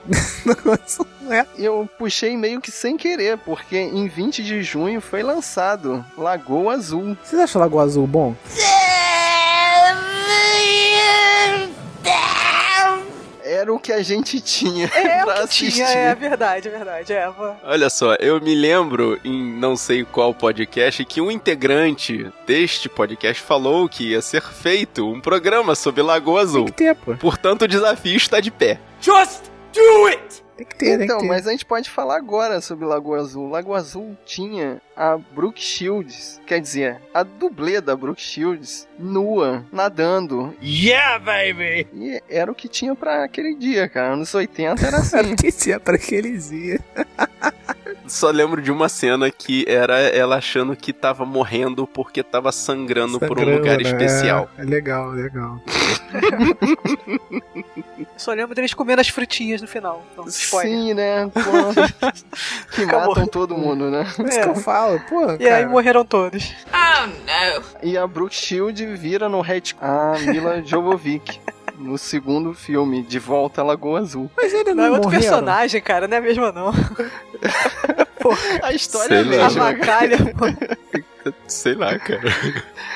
B: Não é.
D: eu puxei meio que sem querer, porque em 20 de junho foi lançado Lagoa Azul.
B: Vocês acham Lagoa Azul bom?
D: Era o que a gente tinha
C: É,
D: pra
C: o que
D: assistir.
C: tinha, é verdade, é verdade. É, vó.
A: Olha só, eu me lembro em não sei qual podcast que um integrante deste podcast falou que ia ser feito um programa sobre Lagoa Azul.
B: Tem que ter, pô.
A: Portanto, o desafio está de pé.
B: Tem que ter, tem
D: Então,
B: que ter.
D: mas a gente pode falar agora sobre Lagoa Azul. Lagoa Azul tinha a Brooke Shields, quer dizer, a dublê da Brooke Shields, nua, nadando.
E: Yeah, baby.
D: E era o que tinha pra aquele dia, cara. Anos 80 era assim.
B: Tem que ter pra aqueles dias.
A: Só lembro de uma cena que era ela achando que tava morrendo porque tava sangrando, por um
B: Sangrando,
A: lugar
B: né?
A: especial.
B: É, é legal, legal.
C: Só lembro deles comendo as frutinhas no final. Não, spoiler.
D: Sim, né? Pô, que
C: Acabou.
D: matam todo mundo, né?
B: Por É isso que eu falo, pô,
C: É. E aí
B: cara.
C: morreram todos.
H: Oh,
D: E a Brooke Shield vira no Red a Mila Jovovic no segundo filme, De Volta à Lagoa Azul.
B: Mas ele não,
C: Não,
B: né?
C: é outro
B: morreram?
C: personagem, cara, não é mesmo não.
D: A história
A: Sei
D: é
A: lá.
C: A
D: a mesma.
C: macalha, pô.
A: Sei lá, cara.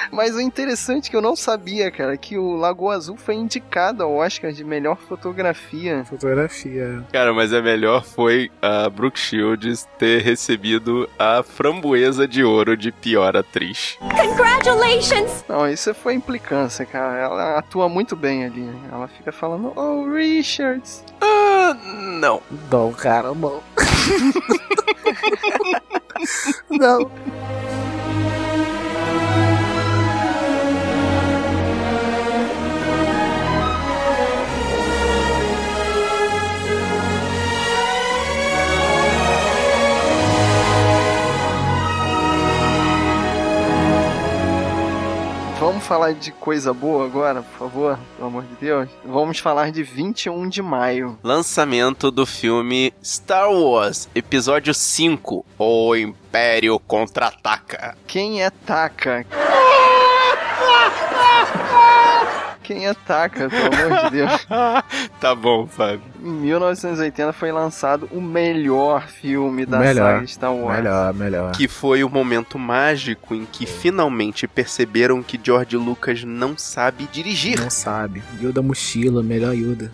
D: Mas o interessante é que eu não sabia, cara, que o Lagoa Azul foi indicado ao Oscar de melhor fotografia.
B: Fotografia.
A: Cara, mas a melhor foi a Brooke Shields ter recebido a framboesa de ouro de pior atriz.
M: Congratulations!
D: Não, isso foi implicância, cara. Ela atua muito bem ali. Ela fica falando, oh, Richards.
A: Ah, não.
B: Não, cara, não. não.
D: Vamos falar de coisa boa agora, por favor? Pelo amor de Deus. Vamos falar de 21 de maio.
L: Lançamento do filme Star Wars, episódio 5, O Império Contra-Ataca.
D: Quem é Taka? Quem é Taka, pelo amor de Deus?
A: Tá bom, Fábio.
D: Em 1980 foi lançado o melhor filme da
B: Melhor,
D: saga Star Wars.
B: melhor.
L: Que foi o momento mágico em que finalmente perceberam que George Lucas não sabe dirigir.
B: Não sabe. Yoda mochila, melhor Yoda.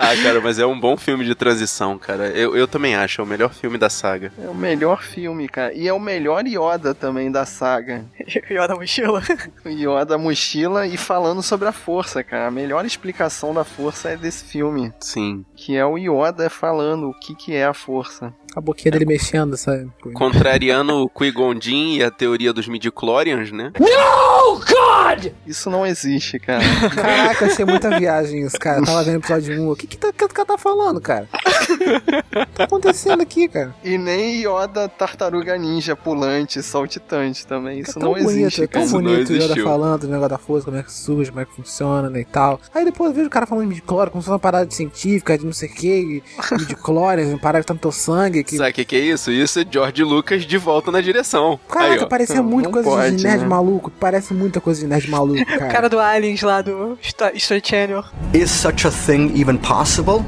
L: Ah, cara, mas é um bom filme de transição, cara. Eu, eu também acho, é o melhor filme da saga.
D: É o melhor filme, cara. E é o melhor Yoda também da saga.
C: Yoda mochila.
D: O Yoda mochila e falando sobre a força, cara. A melhor explicação da força é desse filme.
L: Sim.
D: Que é o Yoda falando o que, que é a força.
B: A boquinha dele mexendo, sabe?
A: Contrariando o Qui-Gondin e a teoria dos midi-chlorians, né?
D: No, God! Isso não existe, cara.
B: Caraca, achei muita viagem isso, cara. Eu tava vendo o episódio 1. O que que, tá, que o cara tá falando, cara? O que tá acontecendo aqui, cara?
D: E nem Yoda tartaruga ninja pulante, saltitante também. Isso
B: É
D: não
B: tão bonito,
D: existe,
B: é
D: cara.
B: tão bonito o Yoda falando do negócio da força, como é que surge, como é que funciona né, e tal. Aí depois eu vejo o cara falando de cloro, como se fosse uma parada de científica, de não sei o que, de cloro, uma parada que tá no teu sangue. Que...
A: Sabe o que, que é isso? Isso é George Lucas de volta na direção. Aí,
B: Caraca,
A: ó.
B: parecia muito coisa de nerd maluco. Parece muita coisa de nerd maluco,
C: O
B: cara.
C: cara do Aliens lá do Histo- History Channel.
N: Is such a thing even possible?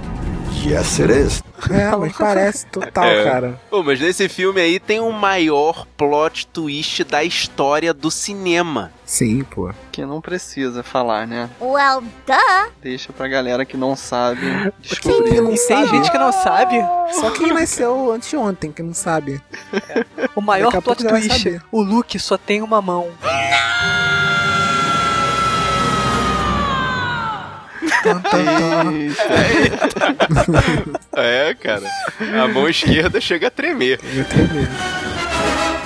N: Yes, it is.
B: É, mas parece total,
A: É.
B: cara.
A: Pô, mas nesse filme aí tem o maior plot twist da história do cinema.
B: Sim, pô.
D: Que não precisa falar, né?
H: Well, duh.
D: Deixa pra galera que não sabe
B: Quem
D: descobrir.
B: que não
C: Tem
B: sabe? Ah!
C: gente que não sabe.
B: Só quem nasceu anteontem, que não sabe.
C: O maior
B: Daqui a
C: plot
B: pouco já vai
C: twist.
B: saber.
C: O Luke só tem uma mão.
O: É, cara. A mão esquerda chega a tremer.
B: Eu tenho medo.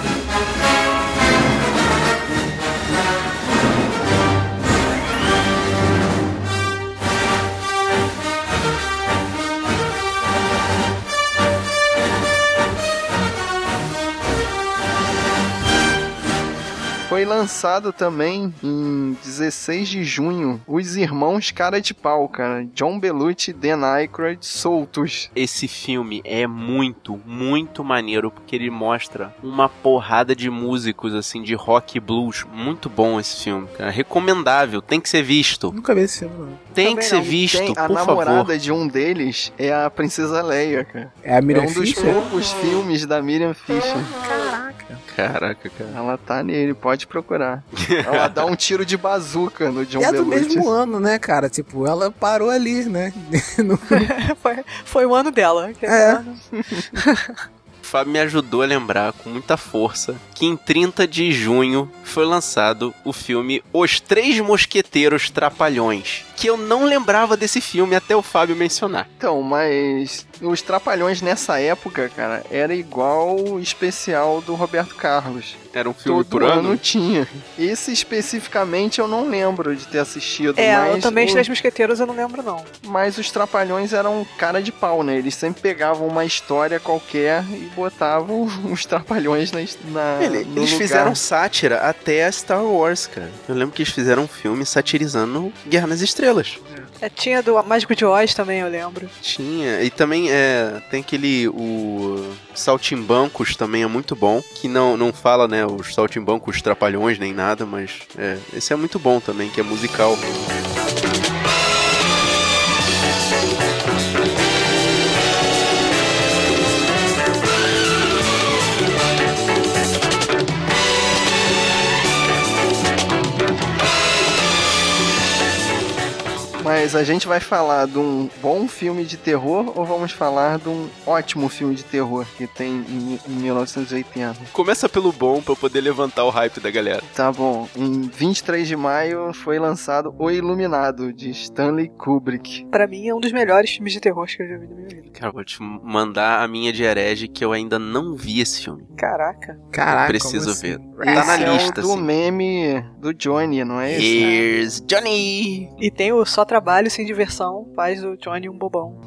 D: Foi lançado também em 16 de junho Os Irmãos Cara de Pau, cara. John Belushi e Dan Aykroyd soltos.
A: Esse filme é muito, muito maneiro porque ele mostra uma porrada de músicos assim de rock e blues. Muito bom esse filme, cara. Recomendável, tem que ser visto.
B: Nunca vi esse filme, não.
A: Tem
D: Também
A: que ser
D: não,
A: visto,
D: tem- A
A: por
D: namorada
A: favor.
D: de um deles é a Princesa Leia, cara.
B: É a
D: É
B: Miriam
D: um dos
B: Fisher?
D: poucos filmes da Miriam Fisher.
B: Caraca.
A: Caraca, cara.
D: Ela tá nele, pode procurar. Ela dá um tiro de bazuca no John
B: E é do
D: um Belushi.
B: mesmo ano, né, cara? Tipo, ela parou ali, né?
C: foi, foi o ano dela.
B: É.
A: O Fábio me ajudou a lembrar com muita força que em 30 de junho foi lançado o filme Os Três Mosqueteiros Trapalhões, que eu não lembrava desse filme até o Fábio mencionar.
D: Então, mas os Trapalhões nessa época, cara, era igual o especial do Roberto Carlos.
A: Era um filme
D: Todo
A: por ano?
D: tinha. Esse especificamente eu não lembro de ter assistido.
C: É,
D: mas
C: eu também,
D: o-
C: os Três Mosqueteiros, eu não lembro, não.
D: Mas os Trapalhões eram cara de pau, né? Eles sempre pegavam uma história qualquer e botavam os Trapalhões na... his- na
A: Ele-
D: Ah, no
A: eles
D: lugar.
A: fizeram sátira até a Star Wars, cara. Eu lembro que eles fizeram um filme satirizando Guerra nas Estrelas.
C: É, tinha do Mágico de Oz também, eu lembro.
A: Tinha. E também é, tem aquele. O Saltimbancos também é muito bom. Que não, não fala, né? Os Saltimbancos, Trapalhões nem nada, mas. É, esse é muito bom também, que é musical.
D: Mas a gente vai falar de um bom filme de terror ou vamos falar de um ótimo filme de terror que tem em, em 1980?
O: Começa pelo bom pra eu poder levantar o hype da galera.
D: Tá bom, em 23 de maio foi lançado O Iluminado, de Stanley Kubrick.
C: Pra mim, é um dos melhores filmes de terror que eu já vi na minha vida.
A: Cara, vou te mandar a minha de herege que eu ainda não vi esse filme.
C: Caraca.
B: Caraca.
A: Preciso
B: como
A: ver.
B: assim?
A: Tá na
D: Ah, Esse é o
A: lista,
D: do
A: assim.
D: meme do Johnny, não é esse?
A: Here's Johnny!
C: E tem o Só Trabalho Sem Diversão, faz do Johnny um bobão.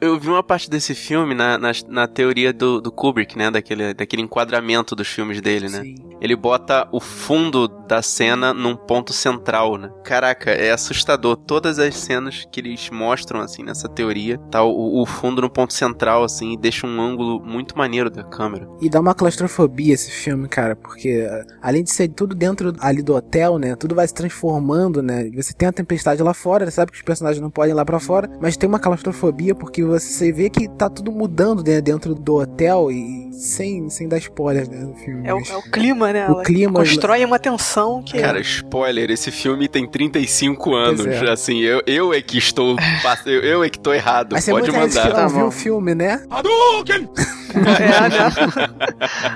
A: Eu vi uma parte desse filme na, na, na teoria do, do Kubrick, né? Daquele, daquele enquadramento dos filmes dele, né?
B: Sim.
A: Ele bota o fundo da cena num ponto central, né? Caraca, é assustador. Todas as cenas que eles mostram, assim, nessa teoria, tá o, o fundo no ponto central, assim, e deixa um ângulo muito maneiro da câmera.
B: E dá uma claustrofobia esse filme, cara, porque ah, além de ser tudo dentro ali do hotel, né, tudo vai se transformando, né, você tem a tempestade lá fora, você sabe que os personagens não podem ir lá pra fora, mas tem uma claustrofobia porque você vê que tá tudo mudando né, dentro do hotel e sem, sem dar spoilers, né, do filme.
C: É o,
B: mas-
C: é o clima, né?
B: O
C: Ela
B: clima-
C: Constrói uma tensão que.
O: Cara, spoiler, esse filme tem 35 anos.
B: é. Pois é.
O: Assim, eu, eu é que estou. pass- Eu, eu é que tô errado.
B: Mas é
O: Pode
B: muita gente que
O: mandar.
B: não
D: Tá
B: viu
D: bom.
B: o filme, né?
D: É, né?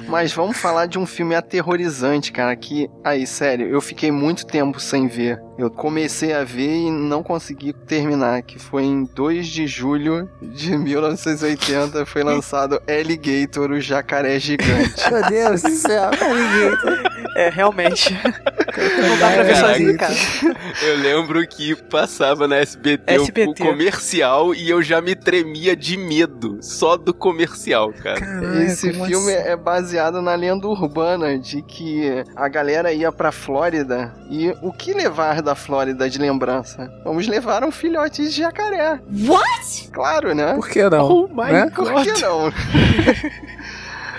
D: Mas vamos falar de um filme aterrorizante, cara, que... Aí, sério, eu fiquei muito tempo sem ver. Eu comecei a ver e não consegui terminar, que foi em 2 de julho de 1980, foi lançado Alligator, o jacaré gigante.
B: Meu Deus do céu, Alligator.
C: É, realmente. Não dá pra ver
A: Caraca.
C: sozinho, cara.
A: Eu lembro que passava na SBT, o-
C: SBT.
A: o comercial e eu já me tremia de medo, só do comercial, cara.
D: Esse filme é baseado na lenda urbana de que a galera ia pra Flórida e o que levar da Flórida de lembrança? Vamos levar um filhote de jacaré.
M: What?
D: Claro, né?
B: Por que não?
D: Oh my
B: Né?
D: Por que não?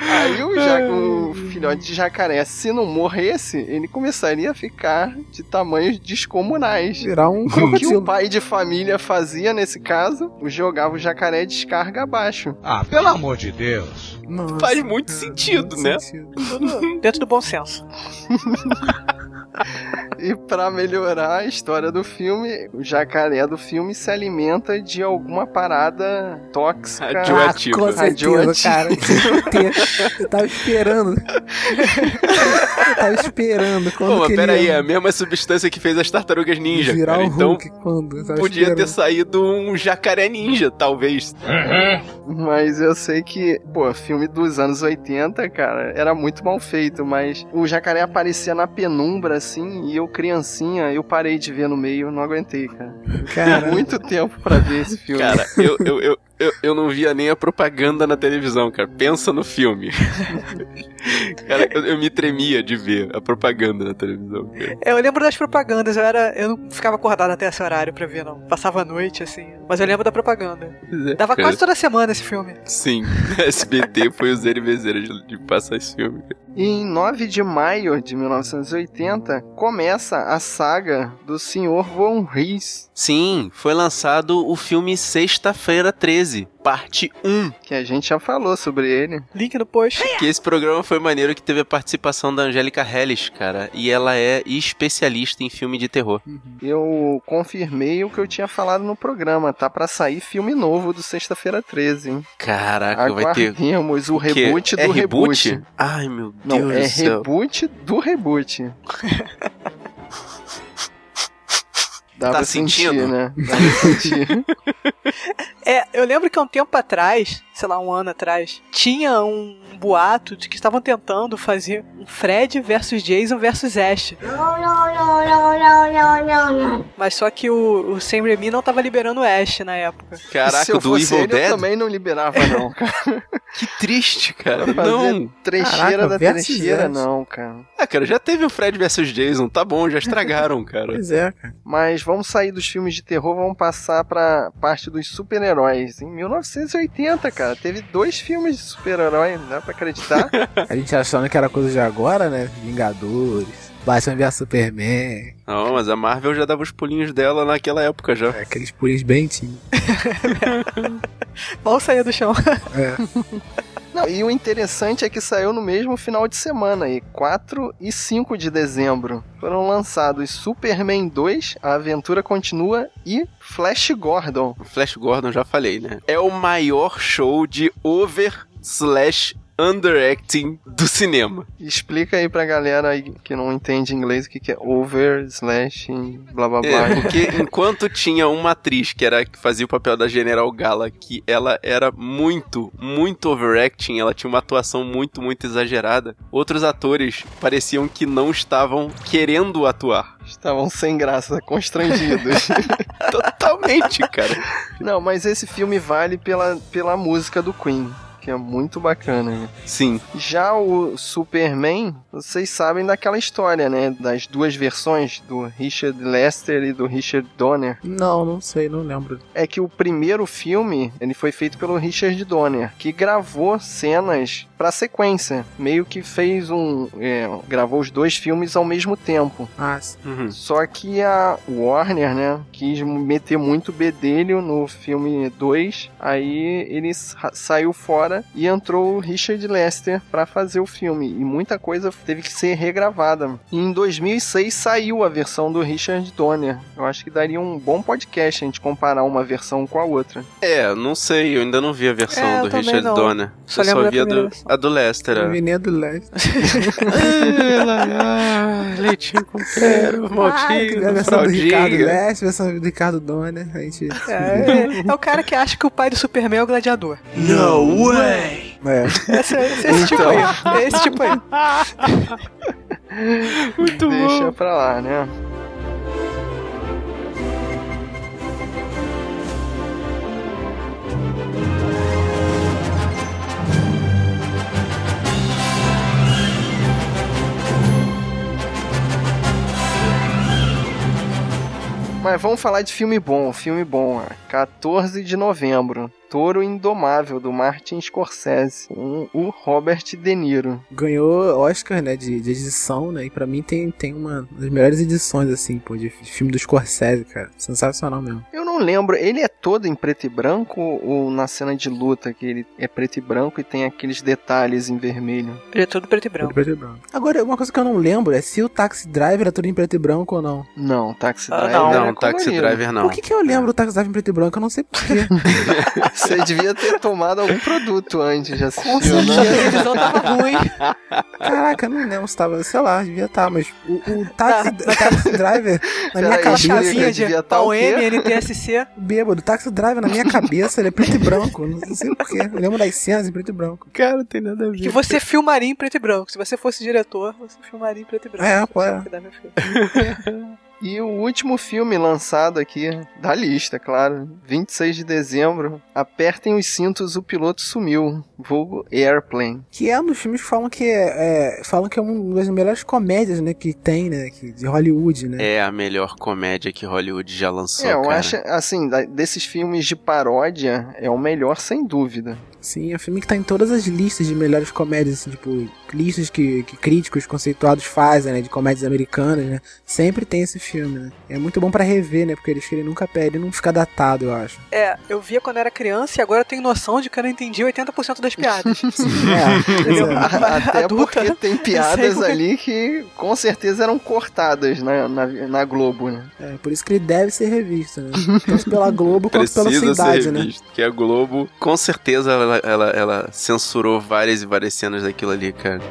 D: Aí o, ja- o filhote de jacaré, se não morresse, ele começaria a ficar de tamanhos descomunais.
B: Virar um
D: O que o
B: crocodilo.
D: pai de família fazia nesse caso? Jogava o jacaré descarga abaixo.
K: Ah, pelo amor de Deus.
A: Faz muito sentido, né?
C: Dentro do bom senso.
D: E pra melhorar a história do filme, o jacaré do filme se alimenta de alguma parada tóxica.
B: Ah, com certeza, cara. Eu tava esperando. Eu tava esperando. Quando
A: Pô, mas
B: que ele
A: peraí, é
B: ia
A: a mesma substância que fez as tartarugas ninja.
B: virar
A: cara.
B: o
A: Então
B: Hulk quando? Eu tava
A: podia ter
B: esperando.
A: saído um jacaré ninja, talvez.
D: Mas eu sei que, pô, filme dos anos 80, cara, era muito mal feito, mas o jacaré aparecia na penumbra, assim, e eu, criancinha, eu parei de ver no meio, não aguentei, cara.
A: Cara.
D: Muito tempo pra ver esse filme.
A: Cara, eu, eu, eu, eu, eu não via nem a propaganda na televisão, cara. Pensa no filme. cara, eu, eu me tremia de ver a propaganda na televisão. Cara.
C: É, Eu lembro das propagandas, eu era. Eu não ficava acordado até esse horário pra ver, não. Passava a noite, assim. Mas eu lembro da propaganda. Dava
A: Cara,
C: quase toda semana esse filme.
A: Sim, SBT foi o zero e bezeira de, de passar esse filme. cara.
D: E em 9 de maio de 1980, começa a saga do Sr. Von Reis,
L: Sim, foi lançado o filme Sexta-feira 13, parte 1.
D: que a gente já falou sobre ele.
C: Link no post.
L: Que esse programa foi maneiro que teve a participação da Angélica Hellish, cara. E ela é especialista em filme de terror.
D: Eu confirmei o que eu tinha falado no programa, tá pra sair filme novo do Sexta-feira 13, hein?
L: Caraca, vai ter.
D: Aguardemos o
L: quê?
D: reboot
L: é
D: do reboot.
L: Ai, meu
D: Não,
L: Deus
D: é
L: do céu.
D: reboot do reboot. Dá
L: Tá
D: pra sentir,
L: sentindo?
D: né? Dá pra sentir.
C: É, eu lembro que há um tempo atrás, sei lá, um ano atrás, tinha um boato de que estavam tentando fazer um Fred versus Jason versus Ash. Mas só que o, o Sam Raimi não tava liberando o Ash na época.
D: Se eu fosse ele, eu também não liberava, não, cara.
A: Que triste, cara.
D: Pra fazer
A: Não.
D: trecheira
A: Caraca,
D: da
A: versus
D: trecheira,
A: versus.
D: não, cara.
A: Ah, cara, já teve o Fred vs Jason, tá bom, já estragaram, cara.
B: é,
D: cara. Mas vamos sair dos filmes de terror, vamos passar pra parte dos super-heróis. Em 1980, cara, teve dois filmes de super-herói, não dá pra acreditar.
B: A gente achando que era coisa de agora, né? Vingadores, Batman vs Superman.
L: Não, mas a Marvel já dava os pulinhos dela naquela época já.
B: Aqueles pulinhos bem tímidos.
C: Mal saía do chão.
D: Não, e o interessante é que saiu no mesmo final de semana aí, 4 e 5 de dezembro. Foram lançados Superman 2, A Aventura Continua e Flash Gordon.
L: Flash Gordon, já falei, né? É o maior show de over slash underacting do cinema.
D: Explica aí pra galera aí que não entende inglês o que, que é over, slash, blá blá blá.
L: É, porque enquanto tinha uma atriz que era que fazia o papel da General Gala, que ela era muito, muito overacting, ela tinha uma atuação muito, muito exagerada. Outros atores pareciam que não estavam querendo atuar.
D: Estavam sem graça, constrangidos.
L: Totalmente, cara.
D: Não, mas esse filme vale pela, pela música do Queen, que é muito bacana, né?
L: Sim.
D: Já o Superman, vocês sabem daquela história, né? Das duas versões, do Richard Lester e do Richard Donner.
B: Não, não sei, não lembro.
D: É que o primeiro filme, ele foi feito pelo Richard Donner, que gravou cenas pra sequência. Meio que fez um... é, gravou os dois filmes ao mesmo tempo.
B: Ah,
A: Uhum.
D: Só que a Warner, né, quis meter muito bedelho no filme 2, aí ele sa- saiu fora fora e entrou o Richard Lester para fazer o filme. E muita coisa teve que ser regravada. E em 2006 saiu a versão do Richard Donner. Eu acho que daria um bom podcast a gente comparar uma versão com a outra.
A: É, não sei, eu ainda não vi a versão
C: É, eu
A: do
C: também
A: Richard
C: não.
A: Donner.
C: Só
A: eu só
C: lembro da
A: vi a
C: primeira
A: do, a do Lester.
B: Eu
A: é.
B: vi nem a do Leste.
A: Leitinho com um quero,
B: a Ah, versão do Ricardo Leste, a versão do Ricardo Donner. A gente.
C: É, é o cara que acha que o pai do Superman é o gladiador.
B: No way! É.
C: Esse, esse, esse tipo aí,
D: Então.
C: ó. É Esse tipo aí.
D: Muito Deixa pra lá, né? Mas vamos falar de filme bom, filme bom. ó. 14 de novembro. Touro Indomável, do Martin Scorsese, com o Robert De Niro.
B: Ganhou Oscar, né, de, de edição, né? E pra mim tem, tem uma das melhores edições, assim, pô, de, de filme do Scorsese, cara. Sensacional mesmo.
D: Eu não lembro, ele é todo em preto e branco ou na cena de luta que ele é preto e branco e tem aqueles detalhes em vermelho?
C: Ele é todo preto e branco.
B: Preto e branco. Agora, uma coisa que eu não lembro é se o Taxi Driver é tudo em preto e branco ou não.
D: Não, Taxi
C: Ah,
D: Driver.
A: Não,
D: é
A: não Taxi
D: colorido.
A: Driver não. É.
B: Por que, que eu lembro o Taxi Driver em preto e branco? Eu não sei porquê.
D: Você devia ter tomado algum produto antes de assistir. né?
C: A televisão tava ruim.
B: Caraca, eu não lembro se tava, sei lá, devia estar, mas o, o taxi,
A: Tá.
B: Taxi Driver na minha
D: Peraí,
B: cabeça,
D: explica,
C: Chavinha de
D: devia tá o
C: OM,
D: quê?
C: NTSC.
B: bêbado, Taxi Driver na minha cabeça, ele é preto e branco, não sei porquê. Eu lembro das cenas em preto e branco.
A: Cara, não tem nada a ver.
C: Que você filmaria em preto e branco. Se você fosse diretor, você filmaria em preto e branco.
B: É, pô, é.
C: Dá meu filho.
D: E o último filme lançado aqui, da lista, claro, 26 de dezembro, Apertem os Cintos, o Piloto Sumiu, vulgo Airplane.
B: Que é um dos filmes que falam que é, é, falam que é uma das melhores comédias, né, que tem, né, que, de Hollywood, né.
A: É a melhor comédia que Hollywood já lançou,
D: é, eu
A: cara.
D: acho, assim, da- desses filmes de paródia, é o melhor sem dúvida.
B: Sim, é um filme que tá em todas as listas de melhores comédias, assim, tipo, listas que, que críticos conceituados fazem, né, de comédias americanas, né. Sempre tem esse filme, né. É muito bom pra rever, né, porque ele, ele nunca perde, ele não fica datado, eu acho.
C: É, eu via quando era criança e agora eu tenho noção de que eu não entendi 80% das piadas.
B: É, pois é.
D: Até
C: Adulta,
D: porque
C: né?
D: tem piadas
C: Sei.
D: ali que com certeza eram cortadas na, na, na Globo, né?
B: É, por isso que ele deve ser revisto, né? Tanto pela Globo quanto um pela sua
A: Precisa
B: idade,
A: ser
B: né?
A: revisto, que é a Globo, com certeza, ela, ela, ela censurou várias e várias cenas daquilo ali, cara.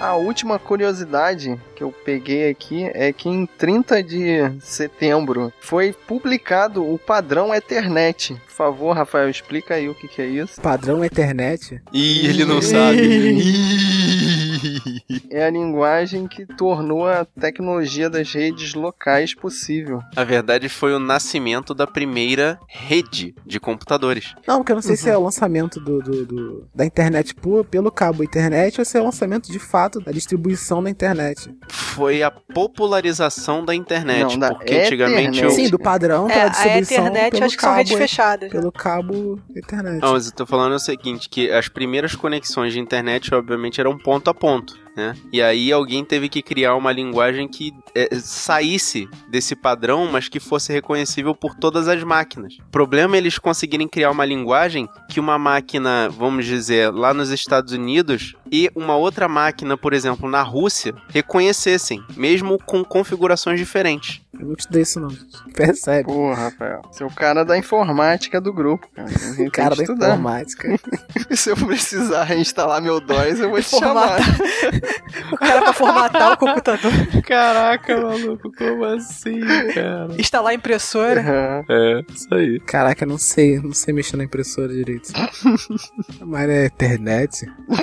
D: A última curiosidade que eu peguei aqui é que em 30 de setembro foi publicado o padrão Ethernet. Por favor, Rafael, explica aí o que, que é isso.
B: Padrão internet.
A: Ih, ele não sabe. Ih.
D: É a linguagem que tornou a tecnologia das redes locais possível.
A: A verdade foi o nascimento da primeira rede de computadores.
B: Não, porque eu não sei se é
D: Uhum.
B: o lançamento do, do- do- da internet por, pelo cabo internet ou se é o lançamento de fato da distribuição da internet.
A: Foi a popularização da internet,
D: Não, da
A: porque antigamente eu...
D: Ethernet.
B: Sim, do padrão
C: É,
B: pela
C: a
B: distribuição
C: internet eu
B: pelo
C: acho que são
B: cabo,
C: redes fechadas. né?
B: pelo cabo internet.
A: Não, mas eu tô falando o seguinte, que as primeiras conexões de internet, obviamente, eram ponto a ponto, né? E aí alguém teve que criar uma linguagem que é, saísse desse padrão, mas que fosse reconhecível por todas as máquinas. O problema é eles conseguirem criar uma linguagem que uma máquina, vamos dizer, lá nos Estados Unidos e uma outra máquina, por exemplo, na Rússia, reconhecessem, mesmo com configurações diferentes.
B: Eu não te dei isso não. Percebe?
D: Pô, Rafael, você é o cara da informática do grupo, cara. Tem que
B: O cara da
D: estudar.
B: informática.
D: Se eu precisar reinstalar meu DOS, eu vou te chamar.
C: Formatar. O cara pra formatar o computador,
A: Caraca, maluco, como assim, cara?
C: instalar a impressora.
D: Aham.
A: É, isso aí.
B: Caraca, eu não sei, não sei mexer na impressora direito. Mas é internet.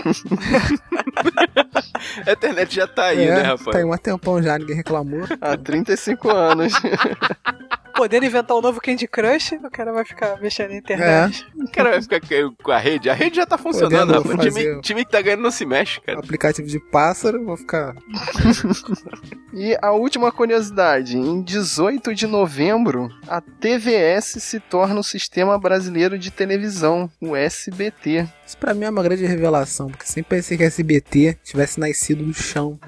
A: A internet já tá aí,
B: é,
A: né, rapaz?
B: Tá aí um tempão já, ninguém reclamou.
D: Há 35 anos.
C: Podendo inventar um novo Candy Crush, o cara vai ficar mexendo na internet.
B: É,
A: O cara vai ficar com a rede. A rede já tá funcionando,
B: Podendo
A: rapaz. O time,
B: fazer- um-
A: time que tá ganhando não se mexe, cara.
B: Aplicativo de pássaro, vou ficar.
D: E a última curiosidade: em 18 de novembro, a TVS se torna o Sistema Brasileiro de Televisão, o SBT.
B: Isso pra mim é uma grande revelação, porque sempre pensei que a SBT tivesse nascido do chão.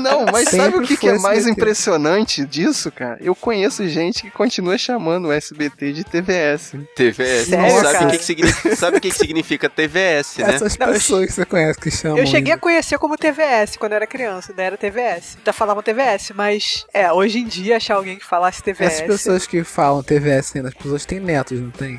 D: Não, mas sabe
B: Sempre
D: o que, que
B: foi
D: é mais
B: SBT.
D: impressionante disso, cara? Eu conheço gente que continua chamando o SBT de TVS.
A: TVS.
D: Sério,
A: sabe
D: cara?
A: o que, que significa, sabe o que, que significa TVS, né?
B: Essas pessoas que você conhece que chamam.
C: Eu cheguei a conhecer como TVS quando eu era criança, ainda era TVS. Ainda falavam TVS, mas é, hoje em dia achar alguém que falasse TVS.
B: Essas pessoas que falam TVS ainda, né? as pessoas têm netos, não tem?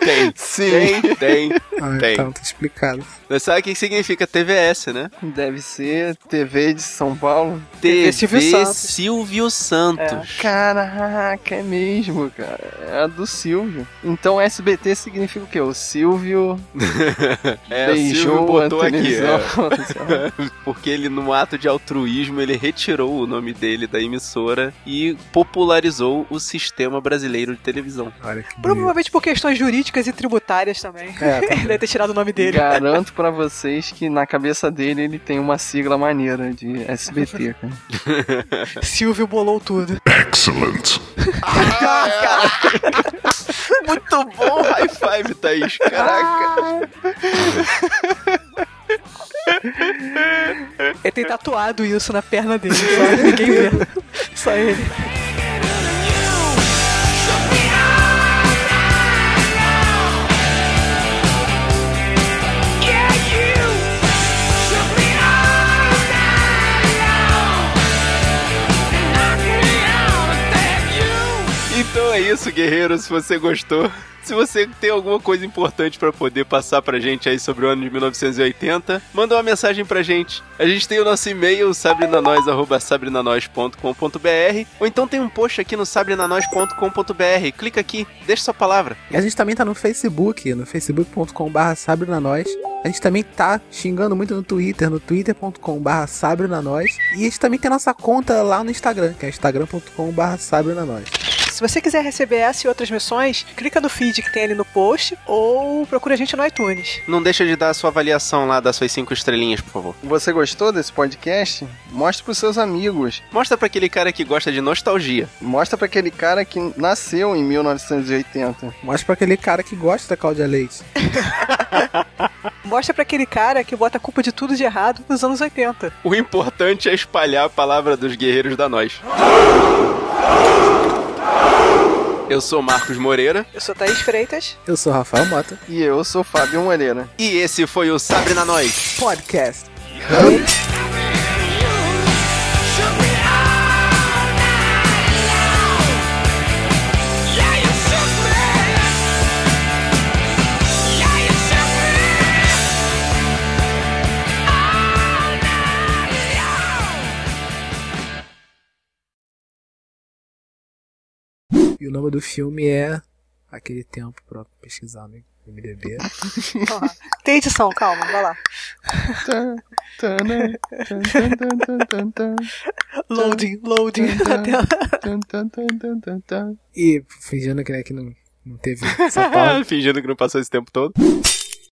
A: Tem.
D: Sim.
A: Tem, tem,
B: Ah,
A: tem.
B: então tá explicado.
A: Mas sabe o que que significa TVS, né?
D: Deve ser TV de São Paulo.
A: TV
C: Silvio Santos.
A: Silvio Santos.
D: Caraca, é mesmo, cara. É a do Silvio. Então SBT significa o quê? O Silvio
A: É, o
D: Beijou
A: Silvio botou
D: a
A: aqui.
D: televisão.
A: é. Porque ele, num ato de altruísmo, ele retirou o nome dele da emissora e popularizou o sistema brasileiro de televisão.
B: Olha que
C: Provavelmente por questões jurídicas e tributárias também.
B: É, também.
C: Deve ter tirado o nome dele.
D: Garanto pra vocês que na cabeça dele ele tem uma sigla maneira de SBT, cara.
C: Silvio bolou tudo.
K: Excellent.
A: Muito bom, high five, Thaís. Caraca.
C: Ele tem É tatuado isso na perna dele, só ninguém vê. Só ele.
A: Então é isso, guerreiro. Se você gostou, se você tem alguma coisa importante pra poder passar pra gente aí sobre o ano de 1980, manda uma mensagem pra gente. A gente tem o nosso e-mail, sabrinanois.sabrinanois.com.br ou então tem um post aqui no sabrinanois.com.br. Clica aqui, deixa sua palavra.
B: E a gente também tá no Facebook, no facebook.com.br sabrinanois. A gente também tá xingando muito no Twitter, no twitter.com.br sabrinanois. E a gente também tem a nossa conta lá no Instagram, que é instagram.com.br sabrinanois.
C: Se você quiser receber essa e outras missões, clica no feed que tem ali no post ou procura a gente no iTunes.
A: Não deixa de dar a sua avaliação lá das suas cinco estrelinhas, por favor.
D: Você gostou desse podcast? Mostra pros seus amigos.
A: Mostra pra aquele cara que gosta de nostalgia.
D: Mostra pra aquele cara que nasceu em 1980.
B: Mostra pra aquele cara que gosta da Cláudia Leite.
C: Mostra pra aquele cara que bota a culpa de tudo de errado nos anos 80.
A: O importante é espalhar a palavra dos guerreiros da nós. Eu sou Marcos Moreira
C: Eu sou Thaís Freitas.
B: Eu sou o Rafael Mota.
D: E eu sou Fábio Moreira.
A: e esse foi o Sabre na Nós.
B: Podcast. E o nome do filme é Aquele Tempo, pra pesquisar no MDB.
C: Ó, Tem edição, calma, vai lá.
D: Tan, tan, tan, tan, tan, tan, tan,
C: Loading, loading na tela.
D: tan, tan, tan, tan, tan, tan.
B: E fingindo que, né, que não, não teve São Paulo.
A: Fingindo que não passou esse tempo todo.